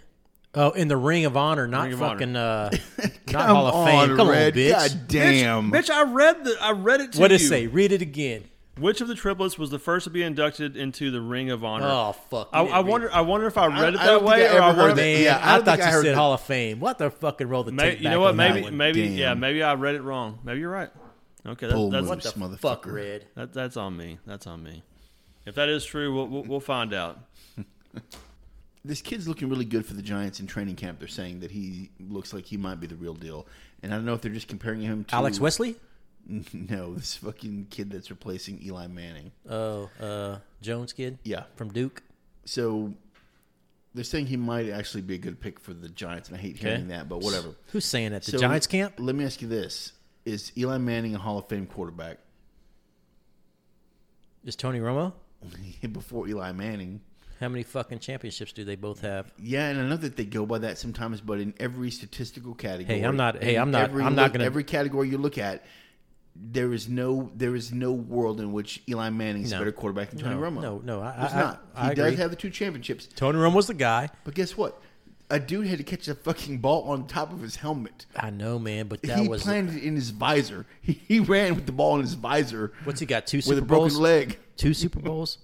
Oh, in the Ring of Honor, not
Ring of
fucking uh not
Come
Hall of Fame.
on,
Come
Red.
on, bitch.
God damn.
Bitch, I read the I read it to
what
you.
it say? Read it again.
Which of the triplets was the first to be inducted into the Ring of Honor?
Oh fuck!
I,
you didn't
I
read
wonder. I wonder if I
I-
read it
I
that
don't think
way,
I
or I
ever heard that.
wonder.
Man,
Yeah, I
I,
don't
thought
think I
you
heard
said
that.
Hall of Fame. What the fucking roll the
May,
tape
you
back
know what?
on that
Maybe,
one.
maybe,
Damn.
yeah, maybe I read it wrong. Maybe you're right. Okay, that,
Bull
that's
moose, motherfucker.
Fuck red.
that, that's on me. That's on me. If that is true, we'll we'll, we'll find out.
This kid's looking really good for the Giants in training camp. They're saying that he looks like he might be the real deal, and I don't know if they're just comparing him to
Alex Wesley.
[LAUGHS] No, this fucking kid that's replacing Eli Manning.
Oh, uh, Jones kid.
Yeah.
from Duke.
So they're saying he might actually be a good pick for the Giants, and I hate hearing that, but whatever.
Who's saying that? The
So
Giants
let-
camp.
Let me ask you this: Is Eli Manning a Hall of Fame quarterback? [LAUGHS]
Is Tony Romo?
Before Eli Manning,
How many fucking championships do they both have?
yeah, and I know that they go by that sometimes, but in every statistical category,
Hey, I'm not- hey,
in
I'm not-
Every
I'm not
look-
gonna-
Every category you look at, there is no, there is no world in which Eli Manning is
No.
a better quarterback than Tony
No,
Romo.
no, no, I-
There's
I- I-
not.
I
he does
agree.
have the two championships,
Tony Romo's the guy.
but guess what? A dude had to catch a fucking ball on top of his helmet.
I know, man, but that
he
was
planted it in his visor. [LAUGHS] He, he ran with the ball in his visor
what's he got? Two
with
Super
a broken
Bowls.
leg.
Two Super Bowls.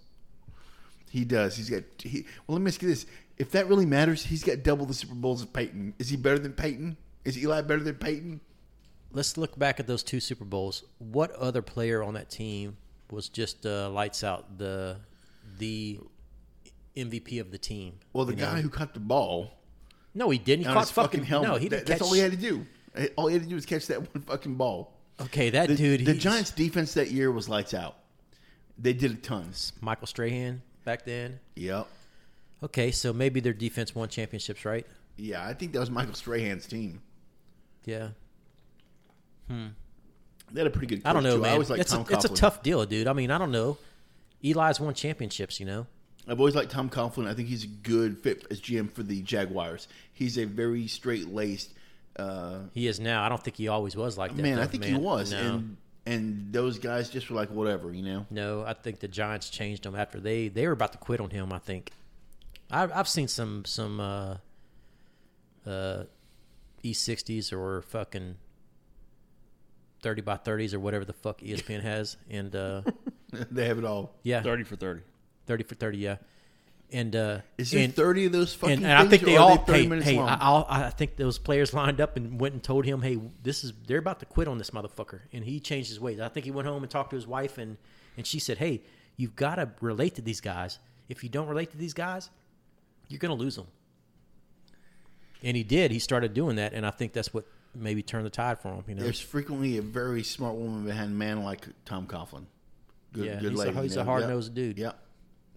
He does. He's got. He, well, let me ask you this: If that really matters, he's got double the Super Bowls of Peyton. Is he better than Peyton? Is Eli better than Peyton?
Let's look back at those two Super Bowls. What other player on that team was just uh, lights out? The the MVP of the team.
Well, the
you know?
guy who caught the ball
No, he didn't. He
on
caught
his fucking,
fucking,
helmet.
No, he
That-
didn't
that's
catch.
all he had to do. All he had to do was catch that [LAUGHS] one fucking ball.
okay, that
The,
dude.
the
he's-
Giants' defense that year was lights out. They did a ton.
Michael Strahan back then.
Yep.
Okay, so maybe their defense won championships, right?
Yeah, I think that was Michael Strahan's team.
Yeah.
They had a pretty good.
I don't
coach,
know,
too. I
man.
always like
it's,
Tom
a, it's a
Coughlin.
tough deal, dude. I mean, I don't know. Eli's won championships, you know.
I've always liked Tom Coughlin. I think he's a good fit as GM for the Jaguars. He's a very straight laced uh,
He is now. I don't think he always was like that.
man.
though,
I think he
man.
was,
No,
and and those guys just were like whatever, you know. [LAUGHS]
no. I think the Giants changed him after they they were about to quit on him. I think. I've I've seen some some uh, uh, E sixties or fucking thirty by thirties or whatever the fuck E ESPN has, and
[LAUGHS]
uh,
they have it all.
yeah,
Thirty for thirty.
30 for 30 yeah and uh
Is there
and,
thirty of those fucking?
and, and i
things,
think they
or are
all
thirty
hey,
minutes
hey
long.
I, I'll- I think those players lined up and went and told him hey this is they're about to quit on this motherfucker and he changed his ways i think he went home and talked to his wife and and she said hey you've got to relate to these guys if you don't relate to these guys you're gonna lose them and he did he started doing that and i think that's what maybe turned the tide for him you know
There's frequently a very smart woman behind a man like Tom Coughlin. Good,
Yeah,
good
he's a-
lady.
he's
you
a
know?
hard-nosed
Yep.
dude.
Yep.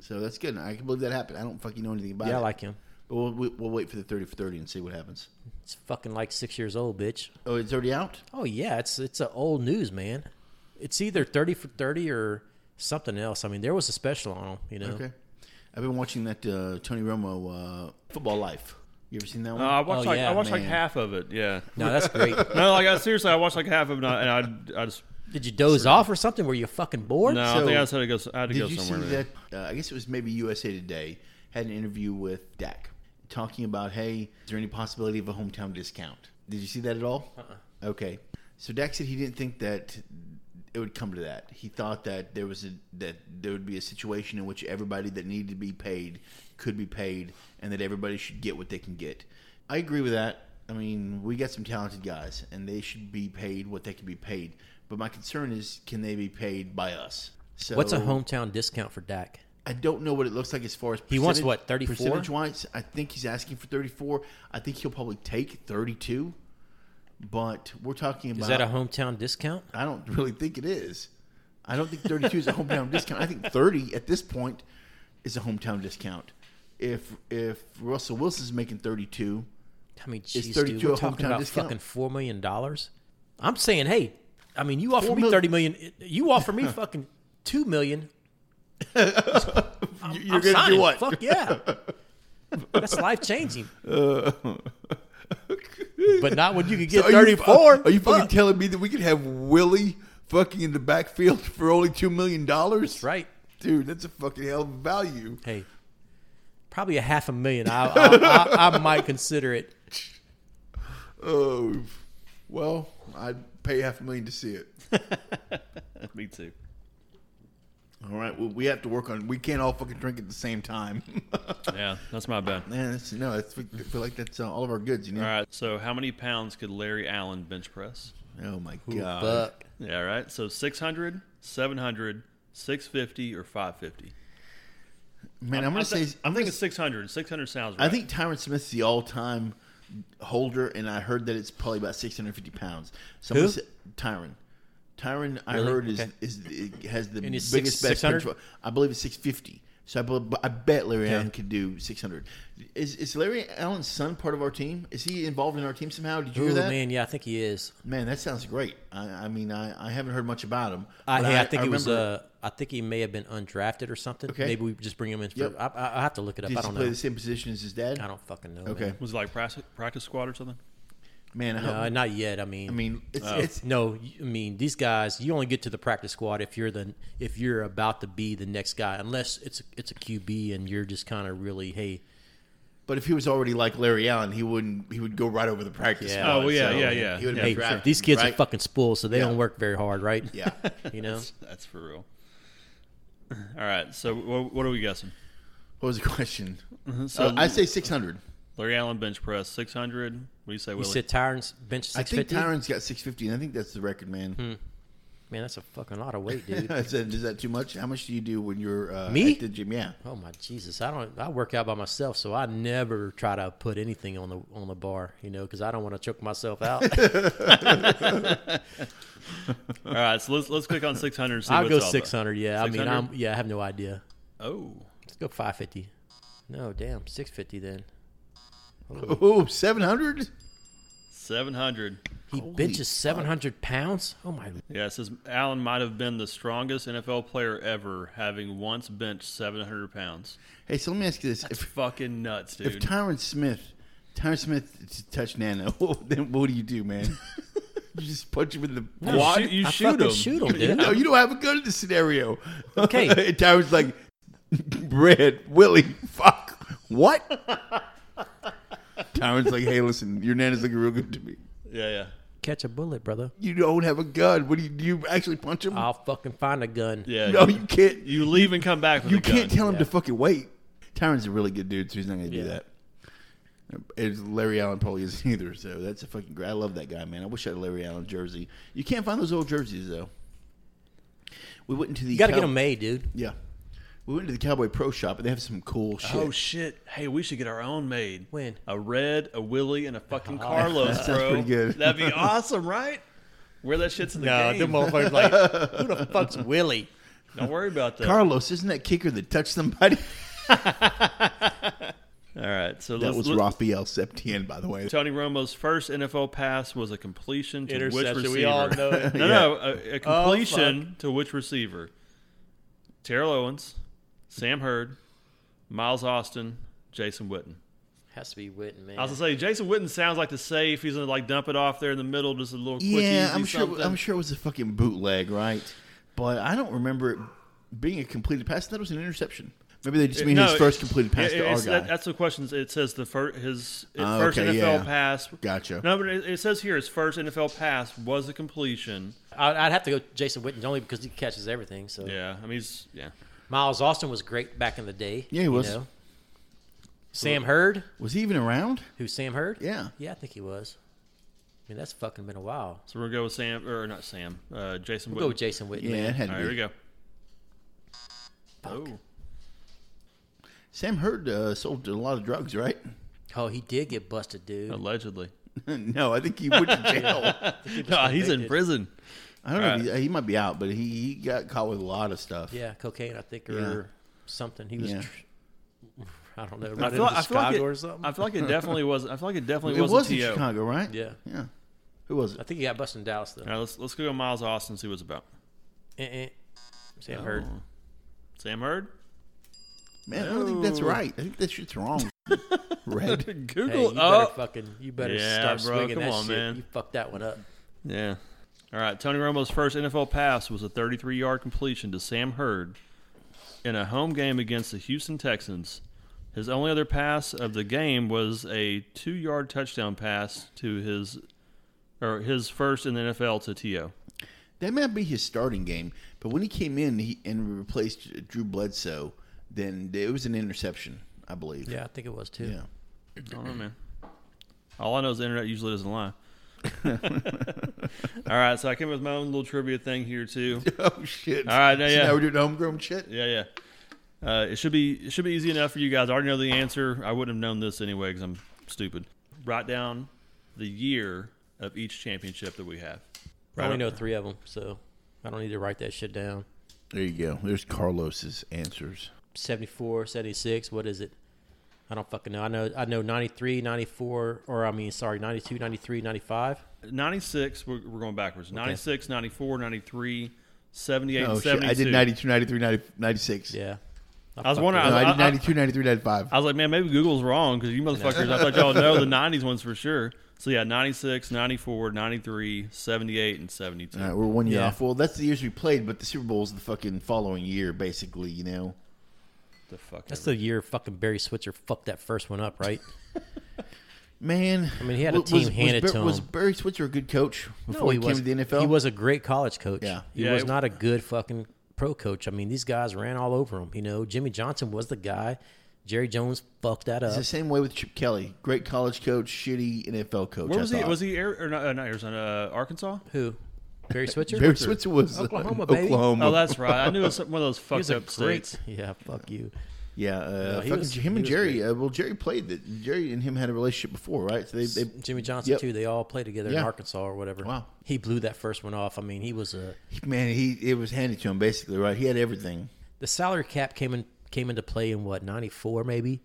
So that's good. I can believe that happened. I don't fucking know anything about
yeah i
it.
like him
But we'll, we- we'll wait for the thirty for thirty and see what happens.
it's fucking like six years old bitch
Oh, it's already out.
Oh yeah, it's it's a old news, man. It's either thirty for thirty or something else. I mean, there was a special on them, you know.
Okay. I've been watching that uh, Tony Romo uh, Football Life. Uh, You ever seen that one?
No, Uh, I watched
Oh,
like
yeah,
I watched like
man.
half of it. Yeah.
No,
[LAUGHS]
that's great.
No, like I seriously, I watched like half of it, and I, and I, I just
Did you doze off or something? Were you fucking bored?
no. I
So,
think I just had to go. I had to
Did
go
you see
somewhere.
that?
man.
Uh, I guess it was maybe USA Today had an interview with Dak talking about, hey, is there any possibility of a hometown discount? Did you see that at all? Uh-uh. Okay. So Dak said he didn't think that it would come to that. He thought that there was a that there would be a situation in which everybody that needed to be paid could be paid, and that everybody should get what they can get. I agree with that. I mean, we got some talented guys, and they should be paid what they can be paid. But my concern is, can they be paid by us? So
What's a hometown discount for Dak?
I don't know what it looks like as far as
He wants
percentage-
what, 34?
percentage wise. I think he's asking for thirty four. I think he'll probably take thirty two, but we're talking about.
Is that a hometown discount?
I don't really think it is. I don't think thirty two is a hometown [LAUGHS] discount. I think thirty at this point is a hometown discount. If if Russell Wilson's making thirty two,
I mean, jeez,
32
dude, we're
a
talking
hometown
about
discount?
fucking four million dollars. I'm saying, hey, I mean, you offer
Four
me
mil-
thirty million. You offer
[LAUGHS]
me fucking two million. I'm,
you're
I'm
gonna do
signing.
what?
Fuck yeah, that's
[LAUGHS]
life changing. but not when you can get thirty four.
Are you fucking telling me that we could have Willie fucking in the backfield [LAUGHS] for only two million dollars?
right?
dude. That's a fucking hell of a value.
Hey, probably a half a million. I I, I, I might consider it.
Oh,
[LAUGHS]
well, I'd pay half a million to see it.
Me too.
All right, well, we have to work on. We can't all fucking drink at the same time. [LAUGHS]
Yeah, that's my bad.
Man, that's, no, that's, I feel like that's uh, all of our goods. You know?
All right, so how many pounds could Larry Allen bench press?
Oh my god.
Fuck.
Yeah, all right. So 600, 700, 650, or 550?
Man, I'm gonna say.
I'm thinking 600. 600 sounds right.
I think Tyron Smith's the all-time holder, and I heard that it's probably about 650 pounds. So I'm
Who?
gonna say- Tyron. Tyron, I
Really?
heard is
Okay.
is, it has the
And he's
biggest
six-
best.
600?
bench- I believe it's 650. So I, be- I bet Larry
Okay.
Allen could do 600. Is, is Larry Allen's son part of our team? Is he involved in our team somehow? Did you
Ooh,
hear that?
man, yeah, I think he is.
Man, that sounds great. I, I mean, I, I haven't heard much about him.
I,
but
hey, I think he was.
remember-
Uh, I think he may have been undrafted or something.
Okay.
Maybe we just bring him in. For,
Yep.
I, I, I have to look it up.
Did
I
he
don't
play
know.
the same position as his dad?
I don't fucking know.
Okay,
Was it like practice, practice squad or something?
man. I,
man. No,
hope,
Uh, not yet. I Oh. mean,
I mean, it's, it's
no. you- I mean, these guys. You only get to the practice squad if you're the if you're about to be the next guy, unless it's it's a QB and you're just kind of really hey.
But if he was already like Larry Allen, he wouldn't. He would go right over the practice.
Yeah.
squad,
Oh, yeah,
so
yeah, yeah.
He would
Yeah,
have
Hey,
been drafted.
these kids
right?
are fucking spoiled, so they
Yeah.
don't work very hard, right?
Yeah,
You know,
That's for real. All right, so what, what are we guessing?
what was the
[LAUGHS]
question?
So
Uh, I say six hundred.
Larry Allen bench press 600. What do you say,
you
Willie?
said Tyron's bench
I
six
think
fifty.
Tyron's got six fifty, and I think that's the record, man.
Hmm. Man, that's a fucking lot of weight,
[LAUGHS]
dude.
I said, is that too much? How much do you do when you're uh,
Me?
at the gym? Yeah, [LAUGHS]
Oh my Jesus! I don't. I work out by myself, so I never try to put anything on the on the bar, you know, because I don't want to choke myself out.
All right, so let's let's click on 600. and see
I'll
what
go
it's all about.
six hundred. Yeah, I
600?
mean, I'm yeah, I have no idea.
Oh,
Let's go five fifty. No, damn, six fifty then.
oh, 700?
700.
He
Holy
benches seven hundred pounds. Oh my!
Yeah, it says Allen might have been the strongest NFL player ever, having once benched 700 pounds.
Hey, so let me ask you this:
It's
if,
fucking nuts,
if
dude.
Tyron Smith, Tyron Smith t- touched Nano, [LAUGHS] then what do you do,
[LAUGHS]
man? you just punch him in the
You
quad?
shoot- you
I
shoot
fucking
him.
Shoot him, dude.
No, [LAUGHS] you don't have a gun in this scenario.
Oh,
[LAUGHS]
Okay.
and Tyron's like, Brad, Willie, fuck. What? Tyron's like, hey, listen, your nana's looking real good to me.
Yeah, yeah.
Catch a bullet, brother.
You don't have a gun. What do you do? You actually punch him?
I'll fucking find a gun.
Yeah.
no,
you,
you can't. You,
you leave and come back with a
can't
gun.
tell him to fucking wait. Tyron's a really good dude, so he's not going to do that. And Larry Allen probably isn't either, so that's a fucking great. I love that guy, man. I wish I had a Larry Allen jersey. You can't find those old jerseys, though. We went into the
You got to get
Cow-
them made, dude.
Yeah. We went to the Cowboy Pro Shop and they have some cool shit.
Oh shit! Hey, we should get our own made.
When?
a red, a Willie, and a
[LAUGHS]
fucking Carlos,
Oh, That sounds
bro.
pretty good.
That'd
[LAUGHS]
be awesome, right? Where that shit's in the
No,
game.
them motherfuckers like, who [LAUGHS] the fuck's Willie?
Don't worry about that.
Carlos, isn't that kicker that touched
[LAUGHS]
somebody?
All right, so
That
let's,
was
let
Raphael Septien, by the way.
Tony Romo's first NFL pass was a completion to which
Interception.
receiver?
We all
[LAUGHS]
[LAUGHS]
know. it.
No, no,
Oh,
a, a completion to which receiver? Terrell Owens, Sam Hurd, Miles Austin, Jason Witten.
Has to be Witten, man.
I was gonna say Jason Witten sounds like the safe. He's gonna like dump it off there in the middle, just a little quick,
Yeah,
easy
I'm sure.
something.
I'm sure it was a fucking bootleg, right? But I don't remember it being a completed pass. That was an interception. Maybe they just mean his first completed pass
it-
to our
Eh, it's-
guy.
that- that's the question. It says the fir- his, his
Oh,
first
okay,
NFL
yeah.
pass.
Gotcha.
No, but it, it says here his first NFL pass was a completion.
I'd, I'd have to go Jason Witten only because he catches everything. So
Yeah, I mean, he's, yeah.
Miles Austin was great back in the day.
Yeah, he was.
Sam Hurd,
was he even around?
who's Sam Hurd?
Yeah.
yeah, I think he was. I mean, that's fucking been a while.
So we're gonna go with Sam or not Sam, uh, Jason.
We'll go
Witten.
with Jason Witten.
Yeah, it
man.
had
All
to
right, here
be.
we go.
Fuck.
Oh,
Sam Hurd uh, sold a lot of drugs, right? [LAUGHS]
Oh, he did get busted, dude.
allegedly. [LAUGHS]
no, I think he went to jail.
No, Ah, he's in
convicted.
prison.
I don't know. If he, he might be out, but he, he got caught with a lot of stuff.
Yeah, cocaine, I think, or
Yeah.
something. He was,
Yeah.
I don't know,
I
right
feel,
into
I, feel like
Chicago
it,
or something.
I feel like it definitely was. I feel like it definitely
it
was,
was
a
in
TO.
Chicago, right?
yeah,
yeah. Who was
I
it?
think he got busted in Dallas though.
All right, let's let's go to Miles Austin see what's about.
Eh, eh. Sam Hurd.
Oh. Sam Hurd.
Man, I don't think that's right. I think that shit's wrong.
[LAUGHS]
Red.
Google.
Hey, you
oh,
better fucking, you better
Yeah,
start
bro,
swinging
come
that
on,
shit.
man.
You fucked that one up.
Yeah. All right. Tony Romo's first NFL pass was a 33 yard completion to Sam Hurd in a home game against the Houston Texans. His only other pass of the game was a two yard touchdown pass to his or his first in the NFL to T.O.
That might be his starting game, but when he came in he, and replaced Drew Bledsoe, then it was an interception, I believe.
Yeah, I think it was too.
Yeah. [LAUGHS]
I don't know, man. All I know is the internet usually doesn't
[LAUGHS]
lie. All right, so I came up with my own little trivia thing here too.
Oh shit!
All right, now,
So
yeah.
now we're doing homegrown shit.
Yeah, yeah. Uh, it should be it should be easy enough for you guys. I already know the answer. I wouldn't have known this anyway because I'm stupid. Write down the year of each championship that we have.
I only
Right.
know three of them, so I don't need to write that shit down.
There you go. There's Carlos's answers.
74, 76, what is it? I don't fucking know. I know I know 93, 94, or I mean, sorry, 92, 93, 95.
96, we're, we're going backwards. 96, 94, 93, 78,
Oh shit!
72.
I did 92, 93, 90, 96.
Yeah.
I was
fucked
wondering.
up.
No, I,
I,
did
I, I,
92, 93, 95.
I was like, man, maybe Google's wrong because you motherfuckers, I thought y'all know the 90s ones for sure. So yeah, 96, 94, 93, 78, and 72.
All right, we're one year
Yeah.
off. Well, that's the years we played, but the Super Bowl's the fucking following year, basically. You know.
The fuck
That's
ever.
the year fucking Barry Switzer fucked that first one up, right?
Man,
I mean, he had a
was-
team
was,
handed
was,
to
Was
him.
Barry Switzer a good coach before he, came
was,
to the NFL?
He was a great college coach.
Yeah.
He
Yeah,
was
it-
not a good fucking pro coach. I mean, these guys ran all over him. You know, Jimmy Johnson was the guy. Jerry Jones fucked that
It's
up.
the same way with Chip Kelly. Great college coach, shitty NFL coach.
Where
I
was he?
thought.
Was he Air, or not, uh, not Arizona? Uh, Arkansas?
Who? [LAUGHS] Barry Switzer?
Barry Switzer was uh,
Oklahoma, baby.
Oklahoma.
Oh, that's right. I knew it was one of those
He
fucked
was a
up
great. [LAUGHS]
states.
Yeah, fuck you.
[LAUGHS] yeah, uh,
he
fucking
was-
him
he
and
was
Jerry. Uh, well, Jerry played that. Jerry and him had a relationship before, right? So they, they
Jimmy Johnson
Yep.
too. They all played together
Yeah.
in Arkansas or whatever.
Wow.
He blew that first one off. I mean, he was a
man, he it was handed to him basically, right? He had everything.
the salary cap came in came into play in what 94 maybe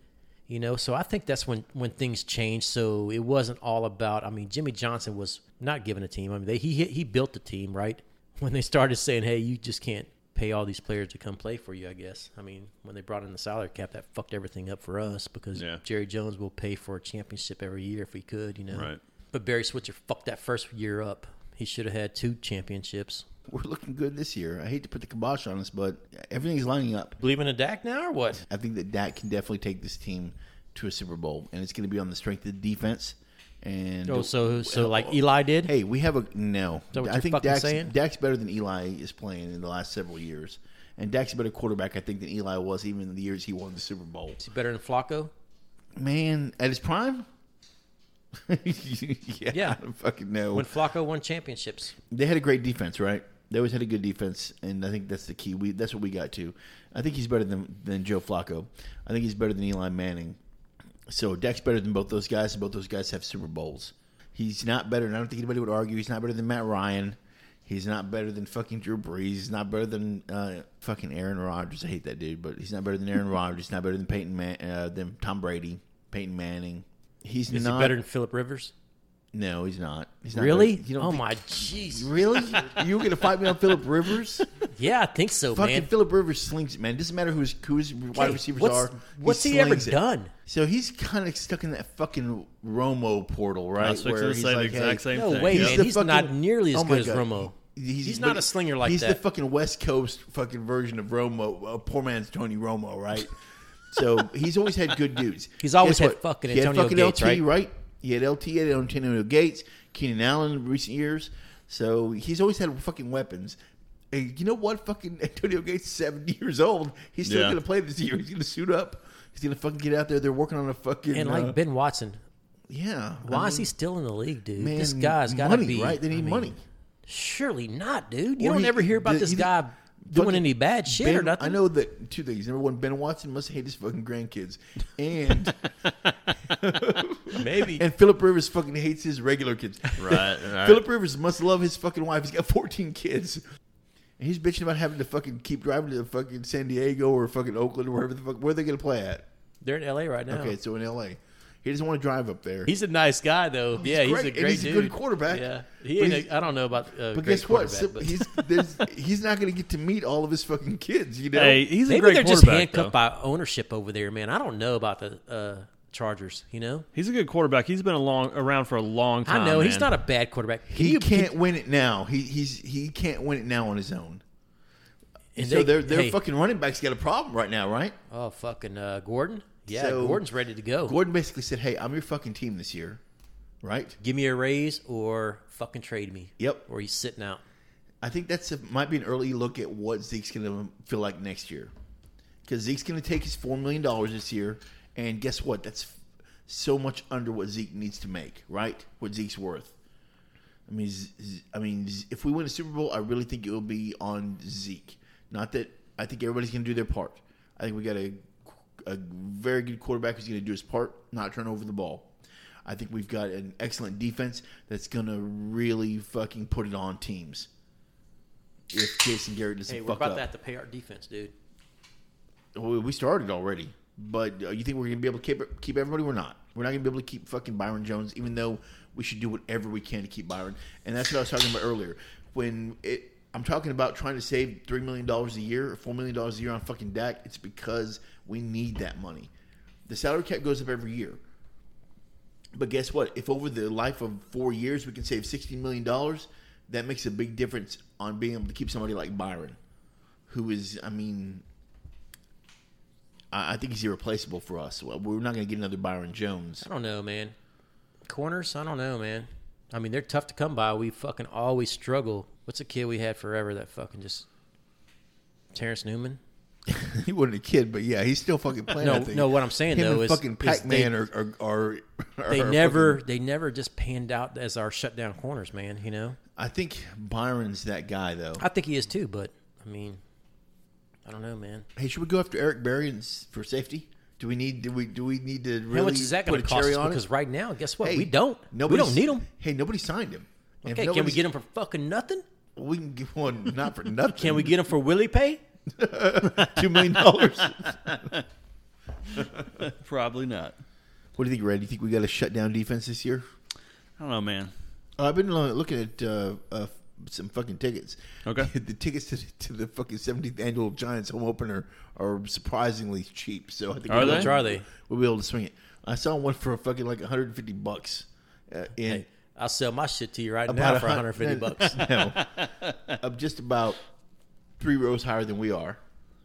you know so i think that's when when things changed so it wasn't all about i mean jimmy johnson was not given a team i mean they, he he built the team right [LAUGHS] when they started saying hey you just can't pay all these players to come play for you i guess i mean when they brought in the salary cap that fucked everything up for us because
Yeah.
jerry jones will pay for a championship every year if he could you know
Right.
but barry switzer fucked that first year up he should have had two championships
We're looking good this year. I hate to put the kibosh on us, but everything's lining up.
believing in Dak now or what
I think that Dak can definitely take this team to a Super Bowl, and it's going to be on the strength of the defense. And
oh so so like eli did
Hey, we have a no.
that what
I
you're
think
fucking
Dak's,
saying?
Dak's better than Eli is playing in the last several years, and Dak's a better quarterback I think than Eli was even in the years he won the Super Bowl.
Is he better than Flacco?
Man, at his prime. [LAUGHS] yeah,
Yeah.
I don't fucking know.
When Flacco won championships,
they had a great defense, right? They always had a good defense, and I think that's the key. We that's what we got to. I think he's better than than Joe Flacco. I think he's better than Eli Manning. So Dak's better than both those guys, and both those guys have Super Bowls. He's not better, and I don't think anybody would argue he's not better than Matt Ryan. He's not better than fucking Drew Brees. He's not better than uh, fucking Aaron Rodgers. I hate that dude, but he's not better than Aaron Rodgers. He's not better than Peyton Man- uh, than Tom Brady, Peyton Manning. He's
is
not
he better than Philip Rivers?
No, he's not. He's not
Really?
better- you don't
Oh
think- [LAUGHS]
my jeez. [LAUGHS]
Really? you were gonna fight me on Philip Rivers?
Yeah, I think so,
Fucking
man.
Philip Rivers slings it, man. Doesn't matter who his, who his wide
Hey,
receivers
what's,
are.
What's he, ever
slings it.
done?
So he's kind of stuck in that fucking Romo portal, right?
I was fixing to say the exact same
No
thing.
way,
Yeah.
man. He's not nearly as
oh my
good as
God.
Romo. He's
but
not a slinger like
he's
that.
the fucking West Coast fucking version of Romo, uh, poor man's Tony Romo, right? so he's always had good dudes.
[LAUGHS] He's always
Guess
had
what?
fucking
he had
Antonio
fucking
Gates,
LT,
right?
He had LT, he had Antonio Gates, Keenan Allen in recent years. So he's always had fucking weapons. And you know what? Fucking [LAUGHS] Antonio Gates is 70 years old. He's still
Yeah.
going to play this year. He's going to suit up. He's going to fucking get out there. They're working on a fucking.
And
uh,
like Ben Watson,
yeah. I
why is
mean,
he still in the league, dude?
man,
this guy's got to
money,
be
right? They need
I mean,
money.
Surely not, dude. You
Or
don't
he-
ever hear about
the-
this
he-
guy doing
fucking
any bad shit or
Ben-
nothing.
I know that two things. Number one, Ben Watson must hate his fucking grandkids, and
[LAUGHS] Maybe.
and Philip Rivers fucking hates his regular kids.
Right, right.
Philip Rivers must love his fucking wife. He's got fourteen kids. And he's bitching about having to fucking keep driving to fucking San Diego or fucking Oakland or wherever the fuck. Where are they gonna play at?
They're in L.A. right now.
Okay, so in L.A. He doesn't want to drive up there.
He's a nice guy, though. yeah, he's
great,
a
and
great
he's a
dude.
good quarterback.
Yeah, he
But
ain't.
he's-
A, I don't know about.
but
Uh, great
guess what?
quarterback,
Some-
but-
he's there's,
[LAUGHS]
he's not gonna get to meet all of his fucking kids. You know.
Hey, he's a
Maybe
great
they're just
quarterback.
handcuffed
though.
by ownership over there, man. I don't know about the uh, Chargers. You know,
He's a good quarterback. He's been a long, around for a long time.
I know he's
man.
not a bad quarterback. Can
He
you-
can't win it now. He he's he can't win it now on his own.
and
so
they-
their their
hey,
fucking running backs got a problem right now, right?
Oh fucking uh, Gordon! Yeah,
So-
Gordon's ready to go.
Gordon basically said, "Hey, I'm your fucking team this year." Right?
Give me a raise or fucking trade me.
Yep.
Or he's sitting out.
I think that's a, might be an early look at what Zeke's going to feel like next year, because Zeke's going to take his four million dollars this year, and guess what? That's f- so much under what Zeke needs to make, right? What Zeke's worth. I mean, Z- Z- I mean, Z- if we win a Super Bowl, I really think it will be on Zeke. Not that I think everybody's going to do their part. I think we got a a very good quarterback who's going to do his part, not turn over the ball. I think we've got an excellent defense that's going to really fucking put it on teams. If Jason Garrett doesn't
Hey, we're
fuck
about
up,
to have to pay our defense, dude.
Well, we started already. But uh, you think we're going to be able to keep keep everybody? We're not. We're not going to be able to keep fucking Byron Jones, even though we should do whatever we can to keep Byron. And that's what I was talking about earlier. When it, I'm talking about trying to save three million dollars a year or four million dollars a year on fucking Dak, it's because we need that money. The salary cap goes up every year. But guess what? If over the life of four years we can save sixty million dollars, that makes a big difference on being able to keep somebody like Byron, who is, I mean, I, I think he's irreplaceable for us. Well, we're not going to get another Byron Jones.
I don't know, man. Corners, I don't know, man. I mean, they're tough to come by. We fucking always struggle. What's a kid we had forever that fucking just Terrence Newman?
[LAUGHS] he wasn't a kid, but yeah, he's still fucking playing.
No,
that thing.
no, what I'm saying,
Him
though,
and
is-
fucking
is
Pac Man
they-
are, are, [LAUGHS] are
They
are
never, they never just panned out as our shutdown corners, man. You know,
fucking- I think Byron's that guy though.
I think he is too, but I mean, I don't know, man.
hey, should we go after Eric Berry and s- for safety? Do we need? Do we? Do we need to really
How much is that
put
going
a
to cost
cherry
us?
on
Because
it?
right now, guess what?
Hey,
we don't. We
nobody's-
don't need them.
Hey, nobody signed him. And if
Okay, can we
nobody's-
get them for fucking nothing?
We can get one
[LAUGHS]
not for nothing.
Can we get them for Willie Pay?
[LAUGHS] two million dollars?
Probably not.
what do you think, Red? Do you think we got a shutdown defense this year?
I don't know, man.
Uh, I've been lo- looking at uh, uh, some fucking tickets.
Okay.
[LAUGHS] the tickets to the, to the fucking 17th annual Giants home opener are surprisingly cheap. So I think
Are
we'll,
they?
Which are they?
we'll be able to swing it. I saw one for fucking like 150 bucks. Uh, in
Hey, I'll sell my shit to you right now
a
for
hun- [LAUGHS]
150 bucks.
no, [LAUGHS] I'm just about three rows higher than we are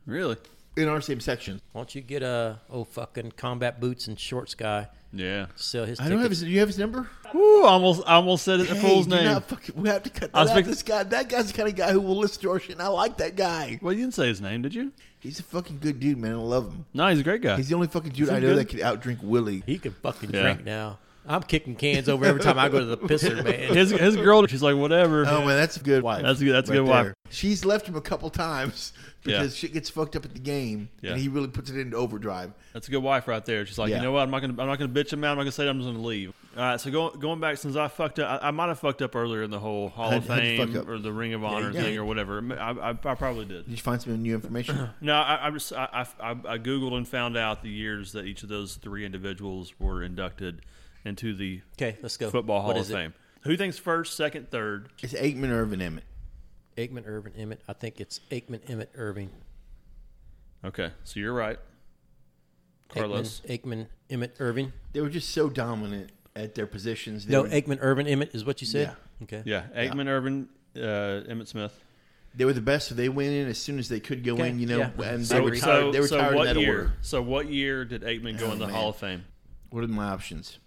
Really?
in our same section.
Why don't you get a old fucking combat boots and shorts guy?
Yeah.
Sell his.
I don't have
tickets.
his. Do you have his number?
Ooh, almost I almost said it, the
Hey,
fool's
do
name.
not fucking- we have to cut that
I was
out.
fix-
this guy, that guy's the kind of guy who will listen to our shit. And I like that guy.
Well, you didn't say his name, did you?
He's a fucking good dude, man. I love him.
No, he's a great guy.
He's the only fucking dude
he
I know
good?
that can outdrink Willie.
He can fucking
Yeah.
drink now. I'm kicking cans over every time I go to
[LAUGHS]
the pisser, man.
his his girl, she's like whatever.
Oh man, that's a good wife.
That's a good- that's a good wife.
She's left him a couple [LAUGHS] times
Yeah.
because shit gets fucked up at the game,
Yeah.
and he really puts it into overdrive.
That's a good wife right there. She's like,
Yeah.
you know what? I'm not gonna I'm not gonna bitch him out. I'm not gonna say that. I'm just gonna leave. All right. So going going back since I fucked up, I, I might have fucked up earlier in the whole Hall of
How'd- how'd you fuck
Fame
up?
or the Ring of Honor
yeah.
thing or whatever. I, I, I probably did.
Did you find some new information? [CLEARS THROAT]
No, I, I just I, I I googled and found out the years that each of those three individuals were inducted into the
Okay, let's go.
Football Hall
What
of
is it?
Fame. Who thinks first, second, third?
it's Aikman Irvin Emmett.
Aikman, Irvin, Emmett. I think it's Aikman, Emmett, Irving.
Okay, so you're right. Carlos.
Aikman, Aikman Emmett, Irving.
They were just so dominant at their positions. They,
No,
were,
Aikman, Irvin, Emmett is what you said. Okay.
Yeah, Eggman Irvin, uh, Emmett Smith.
they were the best, so they went in as soon as they could go
Okay,
in. You know,
yeah.
and they
So,
were tired.
so,
they were
so
tired in
what
that
year?
order.
So what year did Aikman go in the
Oh, man.
Hall of Fame?
What are my options?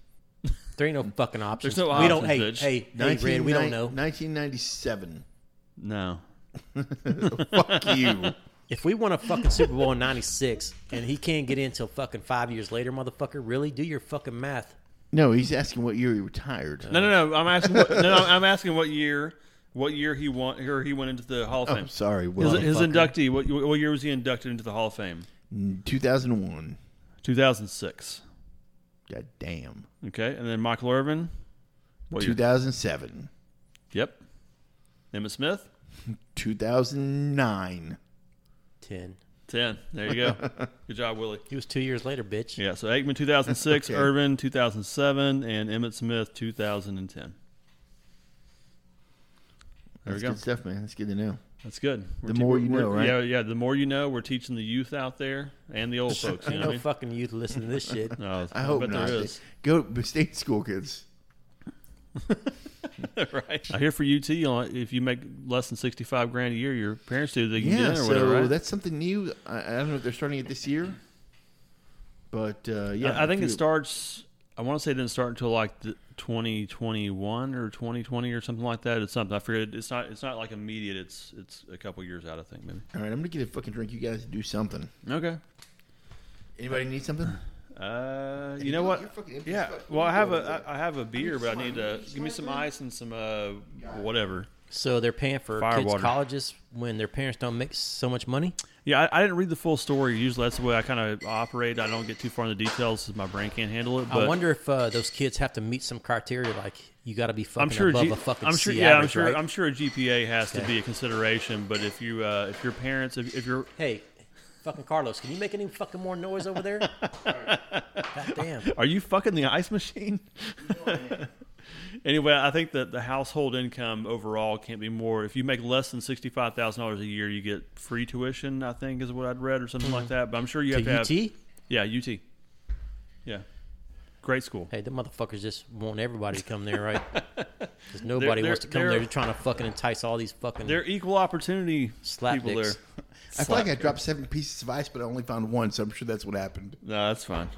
There ain't no fucking options.
There's no
we don't.
options,
hey,
bitch.
hey, hey, Red. We don't know. [LAUGHS]
1997.
No.
Fuck you.
If we won a fucking Super Bowl in '96 and he can't get in until fucking five years later, motherfucker, really? Do your fucking math.
No, he's asking what year he retired.
No, no, no. I'm asking. What, no, no, I'm asking what year? What year he won? Or he went into the Hall of Fame?
I'm Oh, sorry.
His,
Well,
his inductee. What, what year was he inducted into the Hall of Fame?
2001.
2006.
God damn.
Okay, and then Michael Irvin. What year?
2007.
Yep. Emmett Smith.
2009.
Ten.
Ten. There you go.
[LAUGHS]
Good job, Willie.
He was two years later, bitch.
Yeah, so Aikman 2006,
Okay.
Irvin 2007, and Emmett Smith 2010. There
That's
we go.
good stuff, man. That's good to know.
That's good. We're
The more you
we're-
know, right?
Yeah, yeah. The more you know, we're teaching the youth out there and
[LAUGHS]
the old folks. You
Ain't
know
no
what
fucking youth listen to this
[LAUGHS]
shit.
I mean? No,
I hope
bet
not.
there is. [LAUGHS]
Go stay in school, kids.
right. I hear for UT, on- if you make less than 65 grand a year, your parents do, they can get
Yeah,
in or
so
whatever. Right?
that's something new. I, I don't know if they're starting it this year, but uh, yeah,
I, I think
if
it
you-
starts. I want to say it didn't start until like the, 2021 or 2020 or something like that. It's something I forget. It's not. It's not like immediate. It's it's a couple years out. I think maybe.
All right, I'm gonna get a fucking drink. You guys do something.
Okay.
Anybody need something?
Uh, you
you
know
look-
what?
you're fucking empty
Yeah.
as fuck.
Well,
What
I
are you
have
doing
a I I have a beer, but I need to
Smart
give me some ice and some uh whatever.
So they're paying for
Fire
kids'
water.
colleges when their parents don't make so much money.
Yeah, I, I didn't read the full story. Usually that's the way I kind of operate. I don't get too far in the details because my brain can't handle it. But
I wonder if uh, those kids have to meet some criteria, like you got to be fucking
I'm sure.
above
G-
a fucking
I'm sure.
C
yeah,
average,
I'm sure.
right?
I'm sure a GPA has to
Okay.
be a consideration. But if you uh, if your parents if, if you're
Hey, fucking Carlos, can you make any fucking more noise
[LAUGHS]
over there? God damn.
Are you fucking the ice machine? [LAUGHS] anyway, I think that the household income overall can't be more. If you make less than sixty five thousand dollars a year, you get free tuition. I think is what I'd read or something
Mm-hmm.
like that. But I'm sure you have to
To UT?
have yeah UT yeah great school.
Hey, the motherfuckers just want everybody to come
[LAUGHS]
there, right? Because nobody
they're-
wants to come
they're-
there. They're trying to fucking entice all these fucking.
They're equal opportunity
Slap
people
dicks.
there.
[LAUGHS] I feel like I dropped seven pieces of ice, but I only found one, so I'm sure that's what happened. [LAUGHS]
No, that's fine.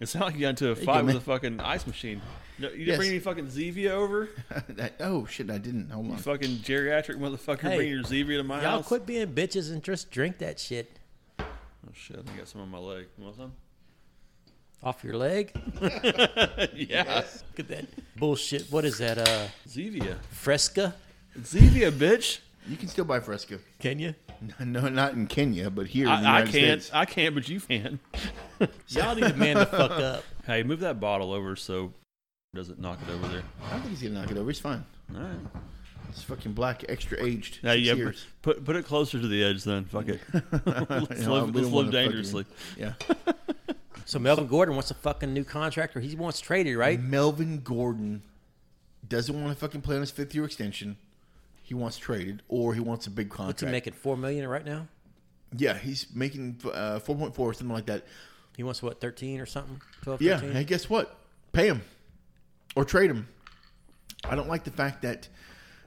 It's not like you got into a
you
fight
go,
with
man.
a fucking ice machine. No, you didn't
Yes.
bring any fucking Zevia over?
That- oh shit, I didn't. Hold [LAUGHS] on.
fucking geriatric motherfucker
Hey,
bringing your Zevia to my
Y'all
house?
quit being bitches and just drink that shit
Oh shit, I got some on my leg. You want some? [LAUGHS]
off your leg.
Yeah.
Look
[LAUGHS]
at that bullshit. What is that? Uh,
Zevia.
Fresca?
Zevia, bitch.
You can still buy Fresca. [LAUGHS]
Can you?
No, not in Kenya, but here in the
I, I
United
can't.
States.
I can't, but you can.
Y'all need to man the fuck up.
Hey, move that bottle over so it doesn't knock it over there.
I don't think he's gonna knock it over. It's fine.
All right.
It's fucking black, extra aged.
Now
six
you have,
years.
put put it closer to the edge
[LAUGHS]
then. Fuck it. let's
You know,
live,
we
let's
don't wanna
live
fucking-
dangerously.
Yeah.
So Melvin Gordon wants a fucking new contract, or he wants traded, right?
Mm-hmm. Melvin Gordon doesn't want to fucking play on his fifth year extension. He wants traded, or he wants a big
What's
contract.
he making? Four million right now.
yeah, he's making uh, four point four or something like that.
He wants what? Thirteen or something? 12,
Yeah,
13?
hey, guess what? Pay him or trade him. I don't like the fact that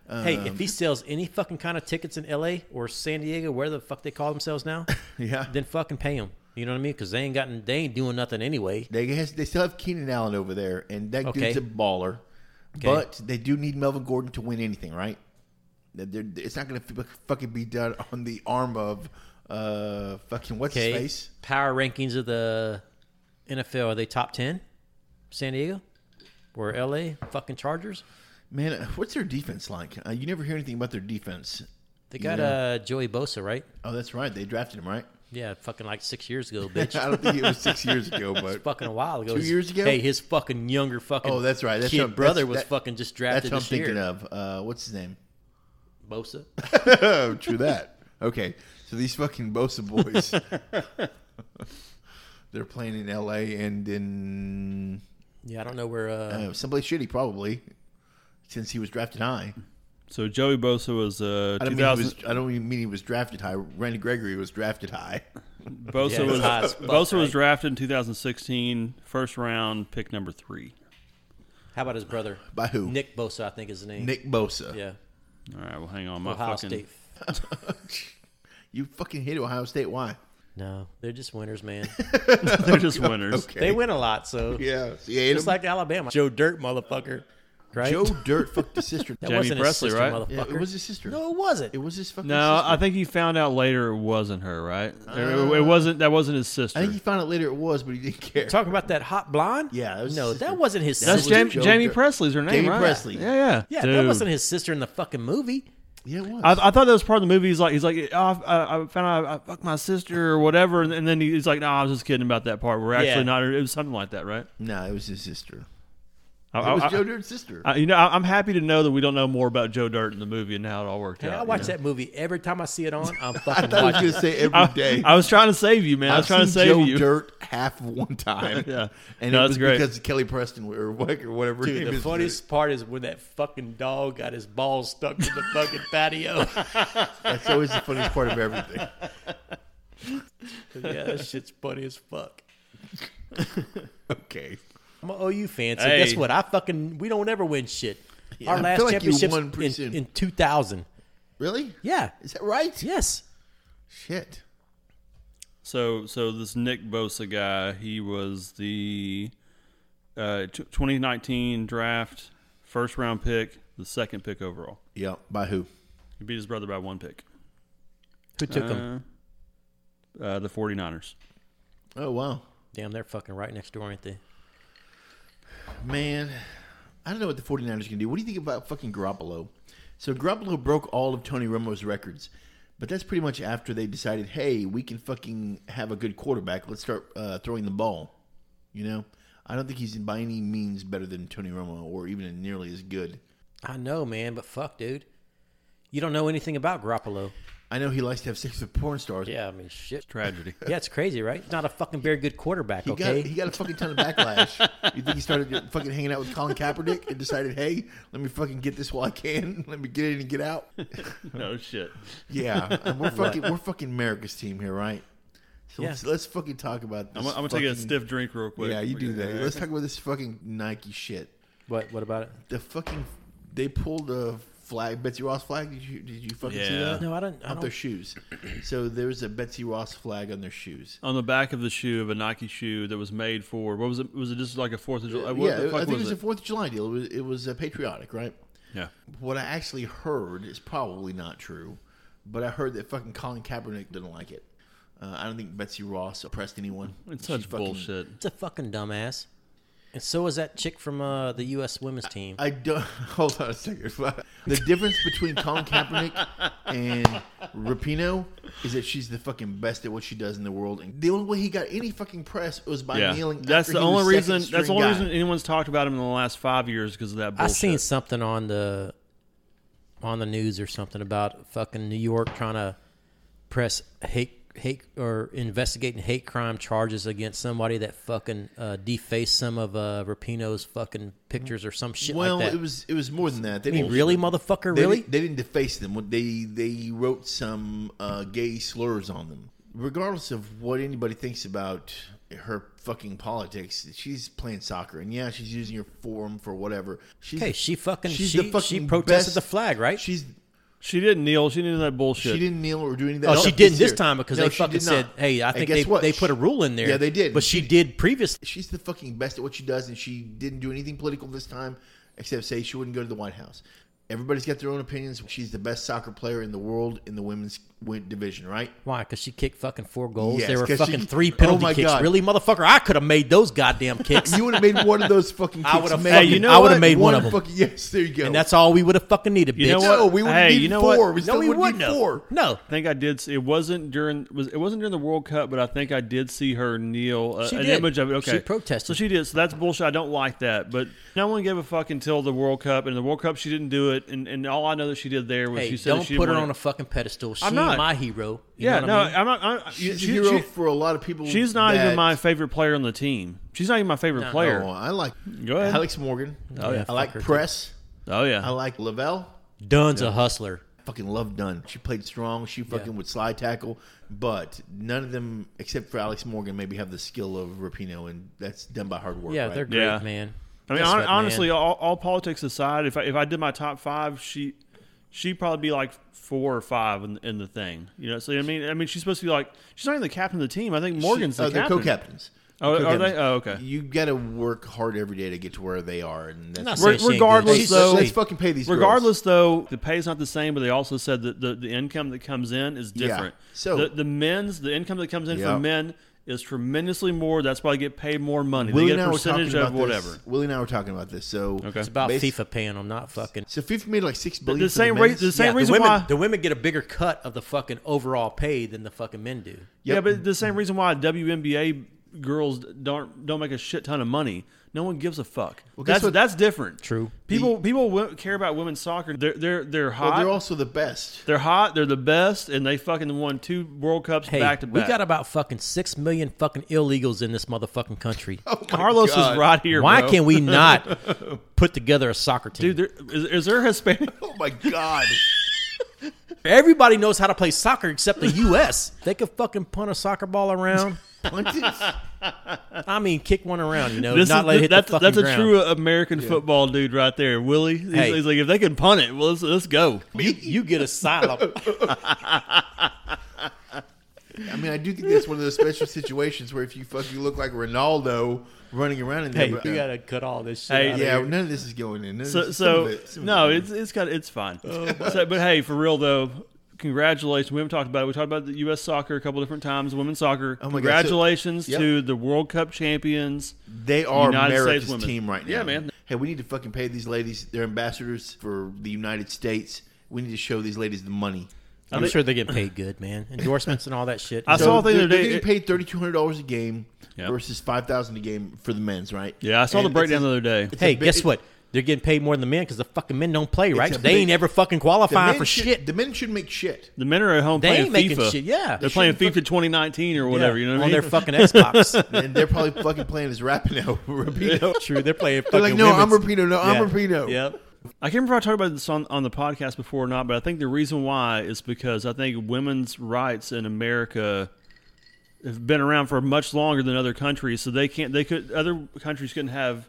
Hey,
um,
if he sells any fucking kind of tickets in LA or San Diego, where the fuck they call
[COUGHS]
themselves now,
yeah
then fucking pay him. You know what I mean? Because they ain't gotten, they ain't doing nothing anyway.
they has, they still have Keenan Allen over there, and that
Okay.
dude's a baller. But they do need Melvin Gordon to win anything, right? That they're- It's not going to fucking be done on the arm of uh fucking what's
Okay.
his face.
Power rankings of the NFL are they top ten? San Diego or LA? Fucking Chargers.
Man, uh, what's their defense like? Uh, you never hear anything about their defense.
They got
Yeah.
uh, Joey Bosa, right?
Oh, that's right. They drafted him, right?
Yeah, fucking like six years ago,
[LAUGHS] I
bitch.
don't think it was six years
[LAUGHS]
ago, but
fucking a while ago.
uh, Two years ago?
Hey, his fucking younger fucking.
Oh, that's right. That's
kid
what- that's-
brother was
that-
fucking just
that's
drafted
what I'm
this
thinking
year.
of. Uh, what's his name?
Bosa.
Oh, true that. Okay, so these fucking Bosa
[LAUGHS]
boys, they're playing in L.A. and in
Yeah, I don't know where. Uh,
uh, someplace shitty, probably, since he was drafted high.
So Joey Bosa was uh,
I don't, mean he
2000.
was, I don't even mean he was drafted high. Randy Gregory was drafted
[LAUGHS]
high.
Bosa
Yeah, he's
was
high as fuck,
Bosa was
right?
drafted in 2016, first round pick number three.
how about his brother?
By who?
Nick Bosa, I think is the name.
Nick Bosa.
Yeah,
All right, well, hang on, my
Ohio
fucking
State.
You fucking hate Ohio State. Why?
No, they're just
[LAUGHS]
winners, man.
[LAUGHS] they're just winners.
Okay.
they win a lot, so
Yeah. So you hate
just
him?
like Alabama. Joe Dirt, motherfucker. Right?
Joe Dirt fucked his sister.
[LAUGHS] that
Jamie
wasn't
Presley,
his sister,
right?
Yeah,
motherfucker.
it was his sister.
no, it wasn't.
It was his fucking
No,
sister. Uh,
I think he found out later it wasn't her, right? it, it wasn't that wasn't his sister.
I think he found out later it was, but he didn't care.
Talking about that hot blonde?
Yeah, that was
no,
his sister.
that wasn't his
That was
That's
sister.
Jam-
Joe
Jamie
Dirt.
Presley is her name,
Jamie
right?
Presley.
Yeah, yeah,
yeah, that
Dude.
wasn't his sister in the fucking movie.
Yeah, it was.
I, I thought that was part of the movie. He's like, he's like, oh, I, I found out I, I fucked my sister or whatever, and, and then he's like, no, I was just kidding about that part. We're actually
Yeah.
not. It was something like that, right?
no, it was his sister.
I,
It was
I-
Joe Dirt's sister.
I- you know, I, I'm happy to know that we don't know more about Joe Dirt in the movie and how it all worked
Hey,
out.
I
you
watch
know?
that movie every time I see it on.
[LAUGHS]
I'm
I
fucking
thought [LAUGHS] I was going
watching. it.
to say every day.
I was trying to save you, man. I was
I've
trying to
seen
save
Joe
you.
Dirt half of one time.
[LAUGHS] Yeah.
and
No,
it
that's
was
great.
because Kelly Preston or what- or whatever. her
Dude,
name
the
is.
funniest part is when that fucking dog got his balls stuck to the [LAUGHS] fucking patio.
That's always the funniest part of
[LAUGHS]
everything.
yeah, that shit's funny as fuck.
Okay.
I'm an OU fan, so
Hey.
guess what? I fucking we don't ever win shit. Our
I
last
feel like you
championship
won pretty soon.
in, in 2000.
Really?
Yeah.
Is that right?
Yes.
Shit.
So, so this Nick Bosa guy, he was the uh, t- 2019 draft, first round pick, the second pick overall.
Yeah, by who?
He beat his brother by one pick.
Who took them?
Uh, uh, the 49ers.
Oh wow,
Damn, they're fucking right next door, ain't they?
man, I don't know what the 49ers can do. What do you think about fucking Garoppolo? So Garoppolo broke all of Tony Romo's records, but that's pretty much after they decided, hey, we can fucking have a good quarterback. Let's start uh, throwing the ball. You know, I don't think he's by any means better than Tony Romo or even nearly as good.
I know, man, but fuck, dude. You don't know anything about Garoppolo.
I know he likes to have sex with porn stars.
Yeah, I mean, shit.
Tragedy.
Yeah, it's crazy, right? He's not a fucking very good quarterback,
He
okay?
got he got a fucking ton of
[LAUGHS]
backlash. you think he started fucking hanging out with Colin Kaepernick and decided, hey, let me fucking get this while I can. [LAUGHS] Let me get in and get out.
[LAUGHS] no shit.
Yeah, and
[LAUGHS]
we're fucking we're fucking America's team here, right? So let's,
Yeah.
let's fucking talk about this.
I'm, gonna- I'm gonna take a
fucking-
stiff drink real quick.
Yeah, you do
Okay.
that. Let's talk about this fucking Nike shit.
what, what about it?
The fucking they pulled a flag, Betsy Ross flag. Did you did you fucking see
Yeah.
that?
No, I don't. I
Off their
don't
shoes. So there's a Betsy Ross flag on their shoes.
On the back of the shoe of a Nike shoe that was made for what was it? Was it just like a Fourth of July? What
yeah,
the fuck
I think
was
it was
it?
a Fourth of July deal. It was, it was uh, patriotic, right?
yeah.
What I actually heard is probably not true, but I heard that fucking Colin Kaepernick didn't like it. Uh, I don't think Betsy Ross oppressed anyone.
It's
She
such
fucking-
bullshit.
it's a fucking dumbass. And so is that chick from uh, the U.S. women's team.
I don't. [LAUGHS] Hold on a second. The difference between Colin Kaepernick and Rapino is that she's the fucking best at what she does in the world, and the only way he got any fucking press was by
yeah.
kneeling.
That's
after
the
he
only
was second
reason. That's the
string
only
guy.
reason anyone's talked about him in the last five years because of that
I
bullshit.
seen something on the on the news or something about fucking New York trying to press hate hate or investigating hate crime charges against somebody that fucking uh, defaced some of uh, Rapinoe's fucking pictures or some shit
Well,
like that.
it was it was more than that. They
I mean,
didn't
really, motherfucker,
They
really?
Didn't, they didn't deface them. What They they wrote some uh, gay slurs on them. Regardless of what anybody thinks about her fucking politics, she's playing soccer, and yeah, she's using her forum for whatever. She's,
Hey, she fucking
she's
she,
the fucking
she protested
best-
the flag, right?
She's
She didn't kneel. She didn't do that bullshit.
she didn't kneel or do anything.
oh, she didn't this time because they fucking said, "Hey, I think they, they put a rule in there."
Yeah, they did.
but she, did previously.
she's the fucking best at what she does, and she didn't do anything political this time except say she wouldn't go to the White House. Everybody's got their own opinions. She's the best soccer player in the world in the women's win- division, right?
Why? Because she kicked fucking four goals.
Yes,
there were
'cause she-
fucking three
Oh
penalty
my
kicks.
God.
Really, motherfucker, I could have made those
[LAUGHS]
goddamn kicks,
You would have made one of those fucking.
I
kicks
would've
made.
fucking- Hey, you know [LAUGHS] I
would've what? made one
One
of 'em.
fucking- Yes, there you go.
and that's all we would have fucking needed, bitch.
You know what?
no, we would have
Hey,
need
you know what?
four. We
No,
still
we
would
wouldn't.
need
have.
four.
No,
I think I did. see- It wasn't during. Was it wasn't during the World Cup, but I think I did see her kneel. Uh,
She
an
did.
image of it. Okay,
She protested.
So she did. So that's bullshit. I don't like that. But no one gave a fuck until the World Cup. And the World Cup, she didn't do it. And, and all I know that she did there was
hey,
she said that
don't
she
put her
didn't
on a
want
fucking pedestal. She's
I'm not.
my hero. You
yeah,
know what
no,
I mean?
I'm not. I'm,
She's
she-
a hero
she-
for a lot of people.
she's not even
that-
my favorite player on the team. She's not even my favorite player.
Oh, I like
Go ahead.
Alex Morgan.
Oh, yeah,
I like
fuck her, too.
Press.
oh
I
yeah,
like Lavelle.
Dunn's a hustler.
Fucking love Dunn. She played strong. She fucking would slide tackle, but none of them, except for Alex Morgan, maybe have the skill of Rapino, and that's done by hard work.
Yeah,
right?
they're great,
Yeah.
man.
I mean,
Guess
hon-
what, man?
honestly, all, all politics aside, if I, if I did my top five, she she'd probably be like four or five in, in the thing. You know, so I mean, I mean, she's supposed to be like she's not even the captain of the team. I think Morgan's
She-
the
oh, they're
captain.
co-captains.
Oh, are
They're co-captains.
they? Oh, okay.
You got to work hard every day to get to where they are, and that's
Not
Re-
saying she ain't good.
regardless,
She's-
though-
let's,
So-
let's fucking pay these. girls.
Regardless, though, the pay's not the same, but they also said that the, the income that comes in is
Yeah.
different.
So-
the, the men's the income that comes in
Yeah.
for men is tremendously more. That's why they get paid more money.
Willie
they
and
get
I
a
were talking
percentage of
about
whatever.
This. Willie and I were talking about this. So
Okay.
it's about
Bas-
FIFA paying them, not fucking.
So FIFA made like six billion.
The
for
same
the
rate. The
men's.
same
Yeah, the
reason
women,
why.
the women get a bigger cut of the fucking overall pay than the fucking men do.
Yeah, but the same reason why WNBA girls don't don't make a shit ton of money. No one gives a fuck.
guess
that's
what-
that's different.
True.
People people wo- care about women's soccer. They're they're they're hot.
But
they're,
they're also the best.
hot. They're the best, and they fucking won two World Cups
Hey,
back to
we
back.
got about fucking six million fucking illegals in this
[LAUGHS]
motherfucking country.
[LAUGHS]
Oh,
Carlos
God.
is right here.
Why
bro.
can't
[LAUGHS]
we not put together a soccer team?
Dude, there, is, is there
[LAUGHS]
Hispanic?
Oh my god!
Everybody knows how to play soccer except [LAUGHS] the U.S. they could fucking punt a soccer ball around.
Punted?
I mean, kick one around, you know,
This
not
is-
let it hit
that's,
the fucking
that's a
ground.
true American football dude right there, Willie. He's,
Hey.
he's like, if they can punt it, uh, [LAUGHS] well, let's, let's go.
you, you get asylum.
I mean, I do think that's one of those special situations where if you fucking look like Ronaldo running around in there,
Hey,
but- uh,
you gotta cut all this shit.
Hey,
out of
yeah,
here.
none of this is going in. None of
So,
this- some
so
of it- Oh, some of
no,
it-
it's it's got it's fine. so, but hey, for real though, congratulations. We haven't talked about it. We talked about the U.S. soccer a couple different times. Women's soccer.
Oh my God, so-
congratulations
Yep.
to the World Cup champions.
They are
United States
America's
women.
team right now.
Yeah, man.
Hey, we need to fucking pay these ladies. They're ambassadors for the United States. We need to show these ladies the money.
I
I'm
think-
sure they get paid good, man. Endorsements and all that shit.
I
So-
saw the
they're,
other
they're
day-
getting paid thirty two hundred dollars a game
Yep.
versus five thousand a game for the men's, right?
Yeah, I saw
And
the breakdown the
it's-
other day.
hey,
a bit-
guess what? They're getting paid more than the men because the fucking men don't play, right?
a
They ain't
big-
ever fucking
the
qualifying
men
for
should-
shit.
The men should make shit.
The men are at home
They
playing
ain't making
FIFA.
shit. Yeah,
They're playing
shouldn't
FIFA 2019 or whatever. You know what I mean?
on their fucking
[LAUGHS]
Xbox. [LAUGHS]
And they're probably fucking playing as [LAUGHS] Rapino. Rapino.
True, they're playing fucking.
They're like, no, I'm
women's.
Rapino. No,
Yeah.
I'm Rapino.
Yep.
I can't remember if I talked about this on, on the podcast before or not, but I think the reason why is because I think women's rights in America have been around for much longer than other countries, so they can't they could other countries couldn't have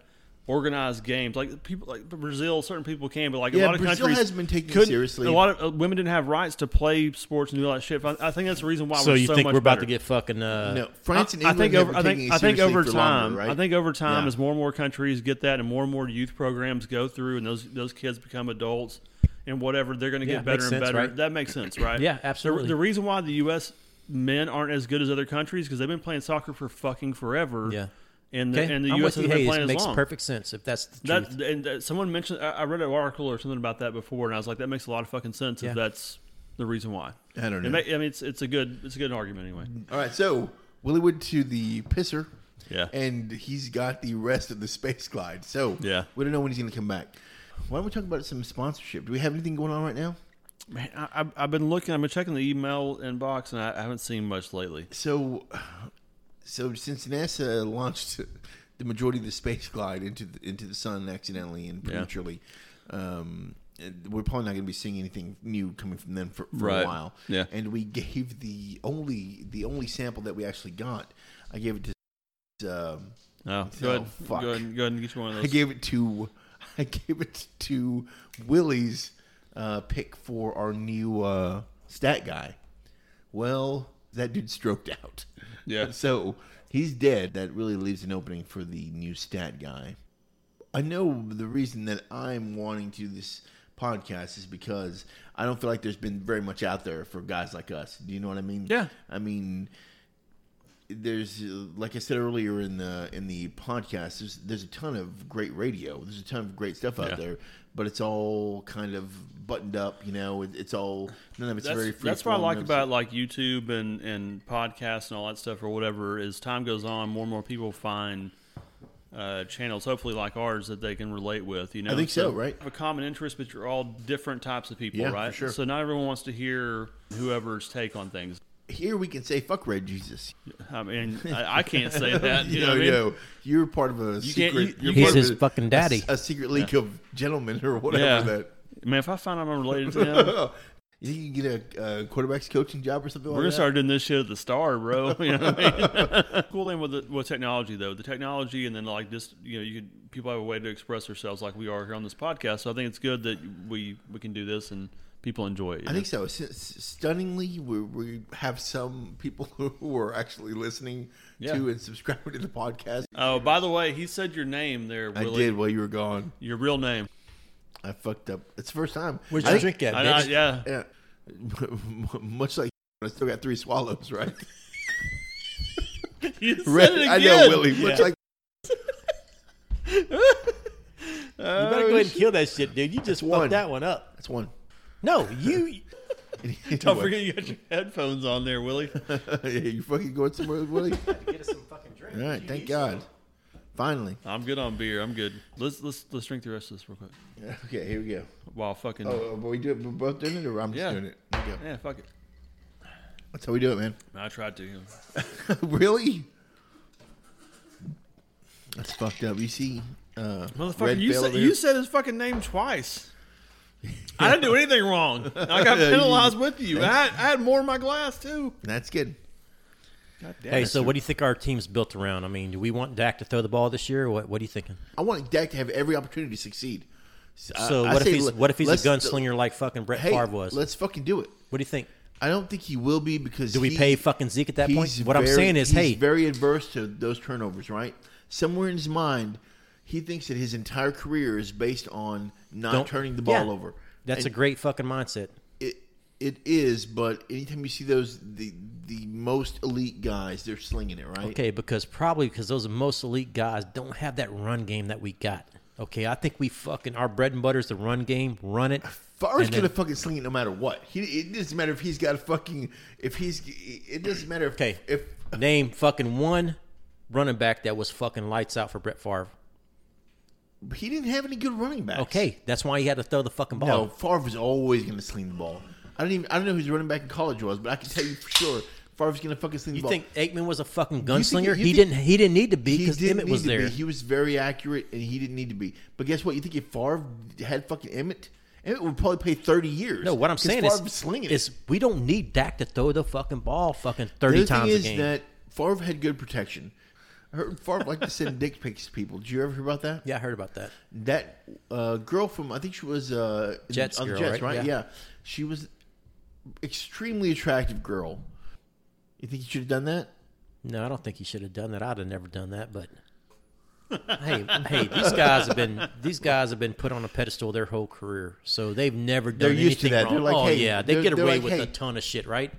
organized games like people like Brazil. Certain people can, but like a
Yeah,
lot of
Brazil
countries
hasn't been taken
couldn't-
seriously.
A lot of uh, women didn't have rights to play sports and do all that shit. I, I think that's the reason why.
So
we're
you
so
think
much
we're about
better.
to get fucking? Uh,
No, France and
I
England
think
have
over,
been
I
taking
think
it
I think
seriously
over
for
time
longer, right?
I think over time
Yeah.
as more and more countries get that and more and more youth programs go through and those those kids become adults and whatever they're going to
Yeah,
get better
makes
and
sense,
better.
right?
That makes sense, right?
Yeah,
The-
absolutely.
The, reason why the U.S. men aren't as good as other countries because they've been playing soccer for fucking forever.
Yeah.
and the,
Okay.
and the
I'm
U.S.
with
hasn't
you.
been
Hey, it
playing
makes
as long.
perfect sense if that's the
That
truth.
and uh, someone mentioned I, I read an article or something about that before, and I was like, that makes a lot of fucking sense
Yeah.
if that's the reason why.
I don't know.
It ma- I mean, it's it's a good it's a good argument anyway.
All right, so Willie went to the pisser.
Yeah.
And he's got the rest of the space glide. So
Yeah.
we don't know when he's going to come back. Why don't we talk about some sponsorship? Do we have anything going on right now?
Man, I, I've- I've been looking. I've been checking the email inbox, and I I haven't seen much lately.
So, [SIGHS] so since NASA launched the majority of the space glide into the, into the sun accidentally and prematurely, um, and we're probably not going to be seeing anything new coming from them for, for
Right.
a while.
Yeah.
And we gave the only the only sample that we actually got. I gave it to. Um,
No,
Oh,
go ahead,
fuck.
go ahead, go ahead and get you one of
I
those.
gave it to [LAUGHS] I gave it to Willie's uh, pick for our new uh, stat guy. Well, that dude stroked out. [LAUGHS]
Yeah.
So he's dead. That really leaves an opening for the new stat guy. I know the reason that I'm wanting to do this podcast is because I don't feel like there's been very much out there for guys like us. Do you know what I mean?
Yeah.
I mean, there's uh, like I said earlier in the in the podcast, there's there's a ton of great radio. There's a ton of great stuff out
Yeah.
there, but it's all kind of buttoned up. You know, it, it's all none of it's very.
That's,
Free
that's what I
form,
like
none of
about like YouTube and and podcasts and all that stuff or whatever. As time goes on, more and more people find uh, channels, hopefully like ours, that they can relate with. You know,
think so, right?
you Have a common interest, but you're all different types of people,
Yeah, for
right?
sure.
So not everyone wants to hear whoever's take on things.
it's- Here we can say fuck red Jesus. [LAUGHS]
I mean, I, I can't say that. [LAUGHS] You
You [LAUGHS]
know,
know,
what I mean?
yo, you're part of a
can't-
secret.
you-
are
you
part
can't-
of
He's his
a-
fucking
a s-
daddy.
A, secret league of gentlemen or whatever.
Yeah.
That oh,
Man, if I find I'm related to them,
you think you can get a, a quarterbacks coaching job or something
We're
like
gonna
that?
start doing this shit at the star, bro. [LAUGHS] You know what I
[LAUGHS]
mean? cool thing with the, with technology though, the technology, and then like just you know, you could people have a way to express themselves like we are here on this podcast. So I think it's good that we we can do this and people enjoy it. you
I
know?
think so. S- s- stunningly, we, we have some people [LAUGHS] who are actually listening
Yeah.
to and subscribing to the podcast.
Oh, by the way, he said your name there,
I
Willie.
did while you were gone.
Your real name.
I fucked up. It's the first time.
Where's
I
your
think-
drink at,
I, I,
bitch?
yeah.
[LAUGHS] Yeah. [LAUGHS] Much like I still got three swallows, [LAUGHS] right?
You said
Red-
it again.
I know, Willie. Much like
You better go ahead and kill that shit, dude. You just
one.
fucked that one up.
that's one. [LAUGHS]
No, you.
Don't forget you got your headphones on there,
[LAUGHS]
Willie.
yeah, you fucking going somewhere, Willie?
Get us some fucking drink.
All right, thank God. Finally.
I'm good on beer. I'm good. Let's let's let's drink the rest of this real quick.
Okay, here we go.
Wow, fucking
Oh, but we do it. We're both doing it, or I'm just
Yeah.
doing it. Here we go.
yeah, fuck it.
That's how we do it, man.
I tried to.
really? That's fucked up. You see, uh,
Motherfucker, you
Bell
said,
there?
you said his fucking
[LAUGHS]
name twice. I didn't do anything wrong. I got
Yeah, you-
penalized with you. I had, I had more in my glass too.
that's good.
Hey, so what do you think our team's built around? I mean, do we want Dak to throw the ball this year? Or what What are you thinking?
I want Dak to have every opportunity to succeed. I-
So
I
what if
say
he's
let-
what if he's a
let's-
gunslinger like fucking Brett
Hey,
Favre was?
let's fucking do it.
What do you think?
I don't think he will be because
Do we
he-
pay fucking Zeke at that point?
he's
What I'm
very-
saying is,
he's
hey,
very adverse to those turnovers, right? Somewhere in his mind, he thinks that his entire career is based on not
Don't-
turning the ball
yeah.
over.
that's a
And
great fucking mindset.
it it is, but anytime you see those the the most elite guys, they're slinging it, right?
Okay, because probably because those most elite guys don't have that run game that we got. Okay, I think we fucking our bread and butter is the run game. Run it.
Favre's
And then-
gonna fucking sling it no matter what. He, it doesn't matter if he's got a fucking if he's it doesn't matter if
Okay.
if
Name fucking one running back that was fucking lights out for Brett Favre.
he didn't have any good running backs.
Okay, that's why he had to throw the fucking ball.
No, Favre was always going to sling the ball. I don't even. I don't know who's running back in college was, but I can tell you for sure, Favre's going to fucking sling the
You
ball.
think Aikman was a fucking
You think-
gunslinger?
you
he
think-
didn't. He didn't need to be
he
because
didn't
Emmett
need
was
to
there.
be. He was very accurate, and he didn't need to be. But guess what? You think if Favre had fucking Emmett, Emmett would probably play thirty years.
no, what I'm
'Cause
saying
Favre
is,
was slinging
is
it.
we don't need Dak to throw the fucking ball fucking
The
thirty
other thing
times
is
a game.
that Favre had good protection. I heard Favre liked to
[LAUGHS]
send dick pics to people. Did you ever hear about that?
yeah, I heard about that.
that uh, girl from I think she was uh, in-
Jets
on the
girl,
Jets,
right?
right?
Yeah.
Yeah. she was extremely attractive girl. You think you should have done that?
No, I don't think he should have done that. I'd have never done
[LAUGHS]
that, but hey, hey, these guys have been these guys have been put on a pedestal their whole career, so they've never done
They're used to
anything
that.
wrong.
They're like,
oh
hey,
yeah, they
they're-
get
they're
away
like,
with a
hey.
ton of shit, right?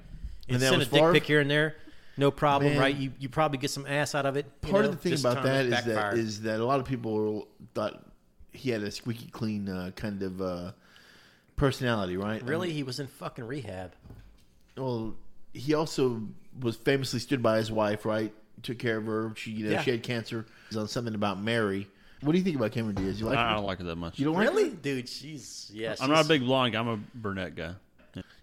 And
And,
that
send a
was
dick
Favre?
pic here and there, no problem,
Man.
right? You you probably get some ass out of it. you
Part
know,
of the thing
this
about
time
that
it
is that
backfired.
is that a lot of people thought he had a squeaky clean uh, kind of uh, personality, right?
really he was in fucking rehab.
Um, well, he also was famously stood by his wife, right? Took care of her. She, you know,
Yeah.
she had cancer. It was on something about Mary. What do you think about Cameron Diaz? You like?
I
him?
don't like it that much.
You don't like
Really,
him?
dude? She's yes.
I'm not a big blonde guy. I'm a brunette guy.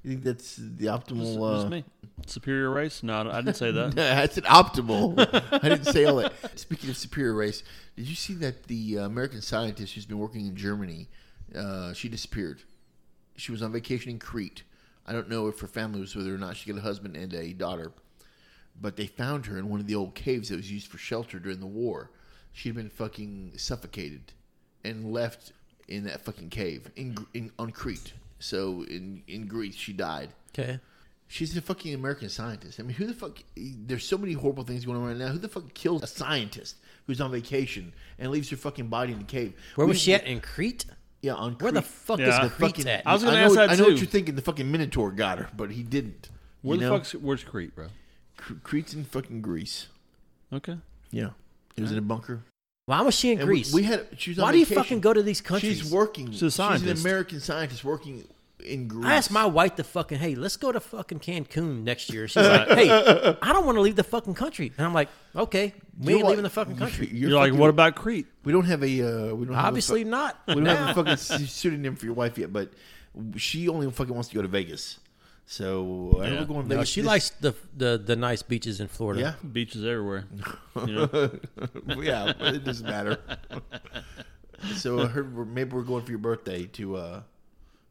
You think that's the
Just,
optimal?
just
uh,
me. Superior race? No, I don't- I didn't
[LAUGHS]
say that.
That's an optimal. I didn't say all that. Speaking of superior race, did you see that the uh, American scientist who's been working in Germany, uh, she disappeared. She was on vacation in Crete. I don't know if her family was with her or not. She got a husband and a daughter, but they found her in one of the old caves that was used for shelter during the war. She had been fucking suffocated and left in that fucking cave in, Gr- in on Crete. So in in Greece, she died.
Okay,
She's a fucking American scientist. I mean, who the fuck? There's so many horrible things going on right now. Who the fuck kills a scientist who's on vacation and leaves her fucking body in the cave?
where
We-
was she at in Crete?
Yeah, on Crete.
Where the fuck
Yeah.
is
The
Crete
fucking?
at?
I was gonna
know
ask
what-
that
I know
too.
what you're thinking. The fucking Minotaur got her, but he didn't.
Where
You
the
know?
fuck's where's Crete, bro?
C- Crete's in fucking Greece.
Okay.
Yeah, it was in a bunker.
Why was she in
And we-
Greece?
We, had. She was on
Why do you
vacation.
fucking go to these countries?
She's working.
She's a
She's an
scientist.
American scientist working in Greece.
I asked my wife to fucking, hey, let's go to fucking Cancun next year. She's
[LAUGHS]
like, hey, I don't want to leave the fucking country. And I'm like, okay, we
You're
ain't
like-
leaving the
[LAUGHS]
fucking country.
You're,
You're,
like,
fucking-
what about Crete?
We don't have a. Uh, we don't have a
Obviously
fu-
not.
[LAUGHS] We don't
Nah.
have a fucking s- pseudonym for your wife yet, but she only fucking wants to go to Vegas. So I know we're going to
No,
Vegas.
she
this-
likes the, the the nice beaches in Florida.
[LAUGHS]
[LAUGHS]
Yeah,
Beaches everywhere. You know?
[LAUGHS] yeah. It doesn't matter. [LAUGHS] so I heard we're, maybe we're going for your birthday to uh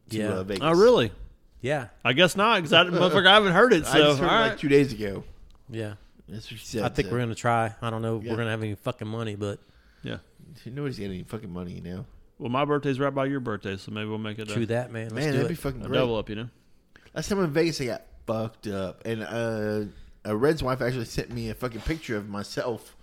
to
Yeah.
uh, Vegas.
oh, really?
yeah,
I guess not, because I, motherfucker, I haven't heard it. So,
[LAUGHS] I just heard
all
it
right.
like two days ago.
yeah.
That's what she said.
I think
so.
we're gonna try. I don't know if
Yeah.
we're gonna have any fucking money, but
yeah.
Nobody's getting any fucking money now.
Well, my birthday's right by your birthday, so maybe we'll make it a,
chew that, man. Let's
Man,
do
that'd
it.
be fucking
a
great.
double up, you know?
Last time in Vegas, I got fucked up, and uh, a Red's wife actually sent me a fucking picture of myself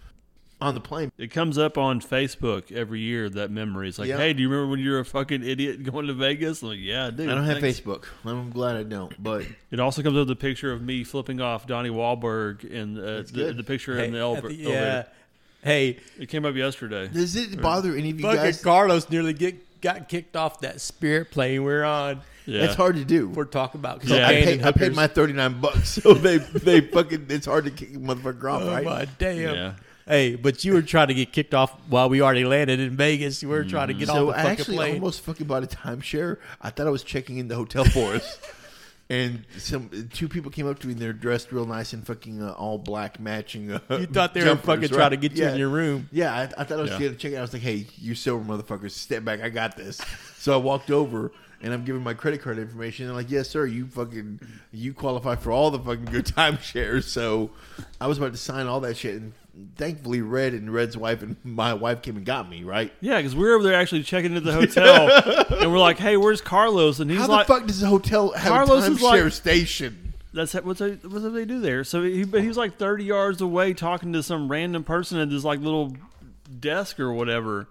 on the plane.
It comes up on Facebook every year, that memory. It's like,
Yeah.
hey, do you remember when you were a fucking idiot [LAUGHS] going to Vegas? I'm like, yeah, I do.
I don't have
Thanks.
Facebook. I'm glad I don't. But
It also comes up with a picture of me flipping off Donnie Wahlberg and uh, the,
good.
the picture
Hey,
in the elb-
at the- yeah.
elevator.
Hey,
It came up yesterday.
does it bother any of you
fucking
guys?
Carlos nearly get got kicked off that spirit plane we're on.
Yeah.
That's hard to do.
We're talking about
Yeah.
I,
cocaine
paid,
and
I paid
hookers.
my thirty nine bucks, [LAUGHS] so they they fucking it's hard to kick a motherfucker off,
Oh
right?
my damn!
Yeah.
Hey, but you were trying to get kicked off while we already landed in Vegas. You were
Mm-hmm.
trying to get off
So
the
I
fucking
actually
plane.
almost fucking bought a timeshare. I thought I was checking in the hotel for
[LAUGHS]
us. And some two people came up to me and they're dressed real nice in fucking uh, all black matching. Uh,
you thought they
jumpers,
were fucking
right?
trying to get you
Yeah.
in your room.
Yeah, I, I thought I was
Yeah.
going to check it. I was like, "Hey, you sober motherfuckers, step back. I got this." So I walked over and I'm giving my credit card information. They're like, "Yes, sir. You fucking you qualify for all the fucking good [LAUGHS] timeshares." So I was about to sign all that shit, and thankfully, Red and Red's wife and my wife came and got me. Right?
Yeah, because we're over there actually checking
[LAUGHS]
into the hotel, and we're like, "Hey, where's Carlos?" And he's
How
like,
the fuck does the hotel have
Carlos
a
is
timeshare
like-
station?
That's what they, what's what they do there. So he, but he was like thirty yards away talking to some random person at this like little desk or whatever.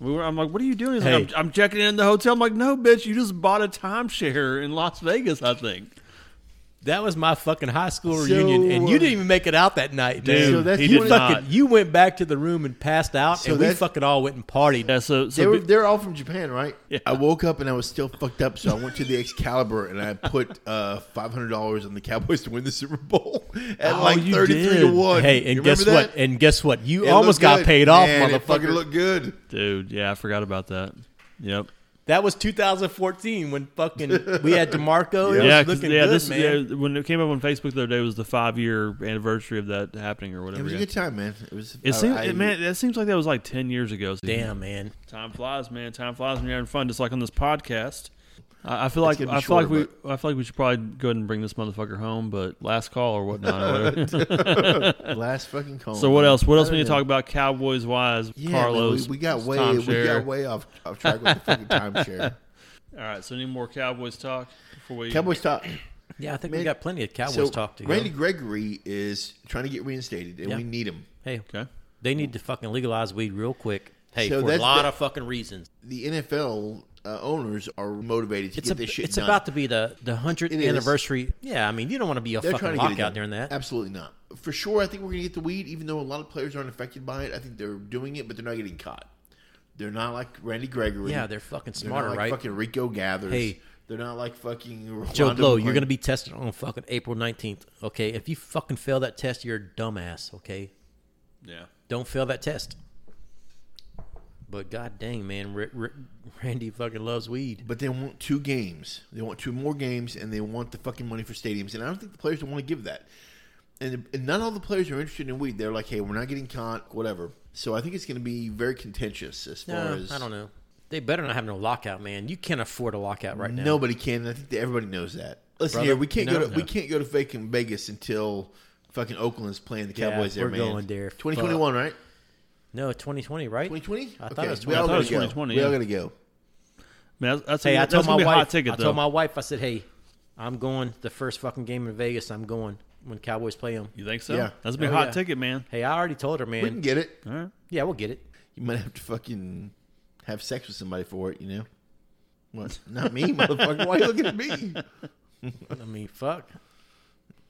We were, I'm like, what are you doing? He's like,
Hey.
I'm, I'm checking in the hotel. I'm like, no, bitch, you just bought a timeshare in Las Vegas, I think.
That was my fucking high school reunion, and
uh,
you didn't even make it out that night, dude.
Dude,
So that's
he
one
did
of-
not.
Fucking, you went back to the room and passed out,
So
and we
that's-
fucking all went and partied.
Yeah, so,
They
so
were,
be-
they're all from Japan, right?
Yeah.
I woke up and I was still fucked up, so I went to the Excalibur and I put uh, five hundred dollars on the Cowboys to win the Super Bowl [LAUGHS] at
Oh,
like
you
thirty three to
did.
one.
Hey,
You
and
remember
guess
that?
what? And guess what? You
It
almost
looked
got
good.
paid off,
Man, It fucking
motherfucker.
looked good.
dude, yeah, I forgot about that. Yep.
that was 2014 when
[LAUGHS]
fucking we had DeMarco. It
yeah,
was
'cause-
looking
yeah,
good,
this
man.
yeah, when it came up on Facebook the other day was the five year anniversary of that happening or
It
whatever.
was a
yeah.
good time, man. It was.
It
I-
seems,
I-
it- man, it seems like that was like ten years ago.
Damn, man.
time flies, man. Time flies when you're having fun, just like on this podcast. I, I feel like
gonna be
I feel like we
shorter,
I feel like we should probably go ahead and bring this motherfucker home, but last call or whatnot. Or
[LAUGHS]
whatever. [LAUGHS]
last fucking call.
uh, so what else? What else we need to
Yeah.
talk about? Cowboys wise,
Yeah, man,
Carlos.
we, we got way we
timeshare.
got way off, off track with the fucking
[LAUGHS]
timeshare.
All right, so any more Cowboys talk before we?
Cowboys talk.
Yeah, I think
Man,
we got plenty of Cowboys
so
talk to go.
Randy Gregory is trying to get reinstated, and
Yeah.
we need him.
Hey,
Okay.
they need to fucking legalize weed real quick. Hey,
So
for a
that's
lot
the-
of fucking reasons.
The NFL uh, owners are motivated to
It's
get
a,
this shit
it's
done.
about to be the the hundredth
It is.
anniversary. Yeah, I mean, you don't want to be a
They're
fucking
trying to get it
lockout
done.
during that.
Absolutely not. For sure, I think we're going to get the weed, even though a lot of players aren't affected by it. I think they're doing it, but they're not getting caught. They're not like Randy Gregory.
Yeah, they're fucking
They're not
smarter,
like
right?
fucking Rico Gathers.
Hey.
They're not like fucking Rolando
Joe Blow,
McClain.
you're going to be tested on fucking April 19th. Okay, if you fucking fail that test, you're a dumbass. Okay,
Yeah.
don't fail that test. But god dang, man, R- R- Randy fucking loves weed.
But they want two games. They want two more games, and they want the fucking money for stadiums. And I don't think the players want to give that. And, and not all the players are interested in weed. They're like, hey, we're not getting caught, whatever. So I think it's going to be very contentious as far
No,
as
I don't know. They better not have no lockout, man. You can't afford a lockout right now.
Nobody can. and I think that everybody knows that. Listen
Brother,
here, we can't
you know?
go. To, We can't go to fucking Vegas until fucking Oakland's playing the
Yeah,
Cowboys.
we're
there, man.
going there.
Twenty twenty one, right?
No, 2020, right?
Twenty twenty.
I thought it was
we
2020.
all
I thought it
gotta
was
go.
2020,
We all
yeah.
gotta go.
Man, that's, that's,
Hey, I
that's
told my
gonna be
wife.
a hot ticket
I
though.
told my wife. I said, "Hey, I'm going the first fucking game in Vegas. I'm going when Cowboys play them."
you think so?
Yeah.
That's gonna be
Oh,
a hot
yeah.
ticket, man.
Hey, I already told her,
We can
man.
get it.
All right.
Yeah, we'll get it.
You might have to fucking have sex with somebody for it. You know. What? Not me, [LAUGHS] motherfucker. Why are you looking at me?
I mean, fuck.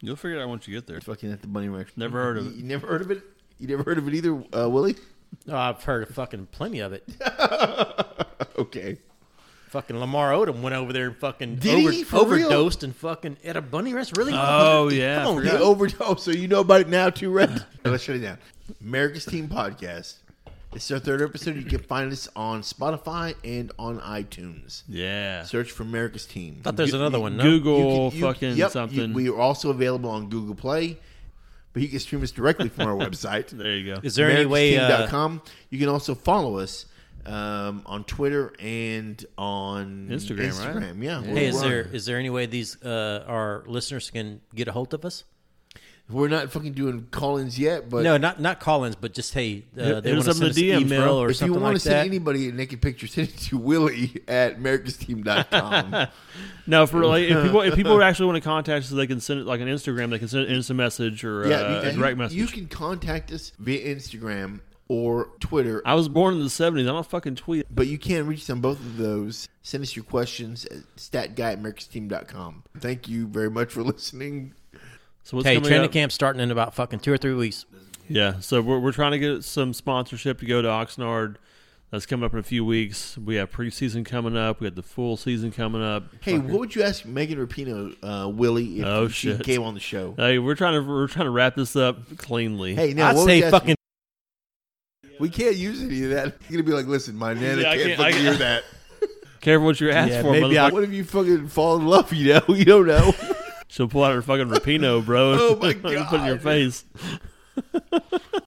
You'll figure it out once you get there.
Fucking at the bunny ranch.
Never heard of
You,
it.
you never heard of it. You never heard of it either, uh, Willie. [LAUGHS]
Oh, I've heard fucking plenty of it.
Okay.
fucking Lamar Odom went over there and fucking
Did
over-
he? For real?
overdosed and fucking at a bunny rest. Really?
Oh, yeah,
Come
I
on,
You
dude.
overdose, so you know about it now too, Red. Let's shut it down. America's Team Podcast. It's our third episode. You can find us on Spotify and on iTunes.
Yeah.
Search for America's Team.
thought there's another one. oh, No?
Google
You can- you-
fucking
yep, you-
something.
we are also available on Google Play, but you can stream us directly from our website.
there you go.
Is there any way? Uh,
AmericasTeam.com. you can also follow us um, on Twitter and on
Instagram, right?
Instagram, yeah.
hey, is
We're
there
on-
is there any way these uh, our listeners can get a hold of us?
We're not fucking doing call-ins yet, but
No, not not Collins, but just hey, uh,
Hit-
they
hit
want
us
to
up in
send
the
us
DMs,
email
bro.
or
if you
something
want
like
to send
that.
anybody a naked picture, send it to Willie at
[LAUGHS]
americasteam.com.
No, for like if people
[LAUGHS]
if people would actually want to contact us, they can send it like an Instagram. They can send it in a message or uh, a direct message.
You can contact us via Instagram or Twitter,
I was born in the seventies. I don't fucking tweet.
but you can reach us on both of those. Send us your questions at statguy at americasteam.com. Thank you very much for [LAUGHS] listening.
So what's
Hey,
coming
training
up?
camp starting in about fucking two or three weeks.
Yeah, so we're we're trying to get some sponsorship to go to Oxnard. That's coming up in a few weeks. We have preseason coming up. We got the full season coming up.
Hey, what would you ask Megan Rapino, uh, Willie, if
Oh,
she
shit.
came on the show?
Hey, we're trying to we're trying to wrap this up cleanly.
Hey, now
I'd
what would you
say
ask-
fucking.
We can't use any of that. [LAUGHS] You're gonna be like, listen, my nana
Yeah, I
can't,
can't- I
fucking
can't-
hear that.
[LAUGHS] careful what you're asked
Yeah,
for,
maybe I-
motherfucker.
What if you fucking fall in love? You know, [LAUGHS] you don't know.
[LAUGHS] She'll pull out her fucking rapino, bro.
Oh, my
and put it in your
God.
face.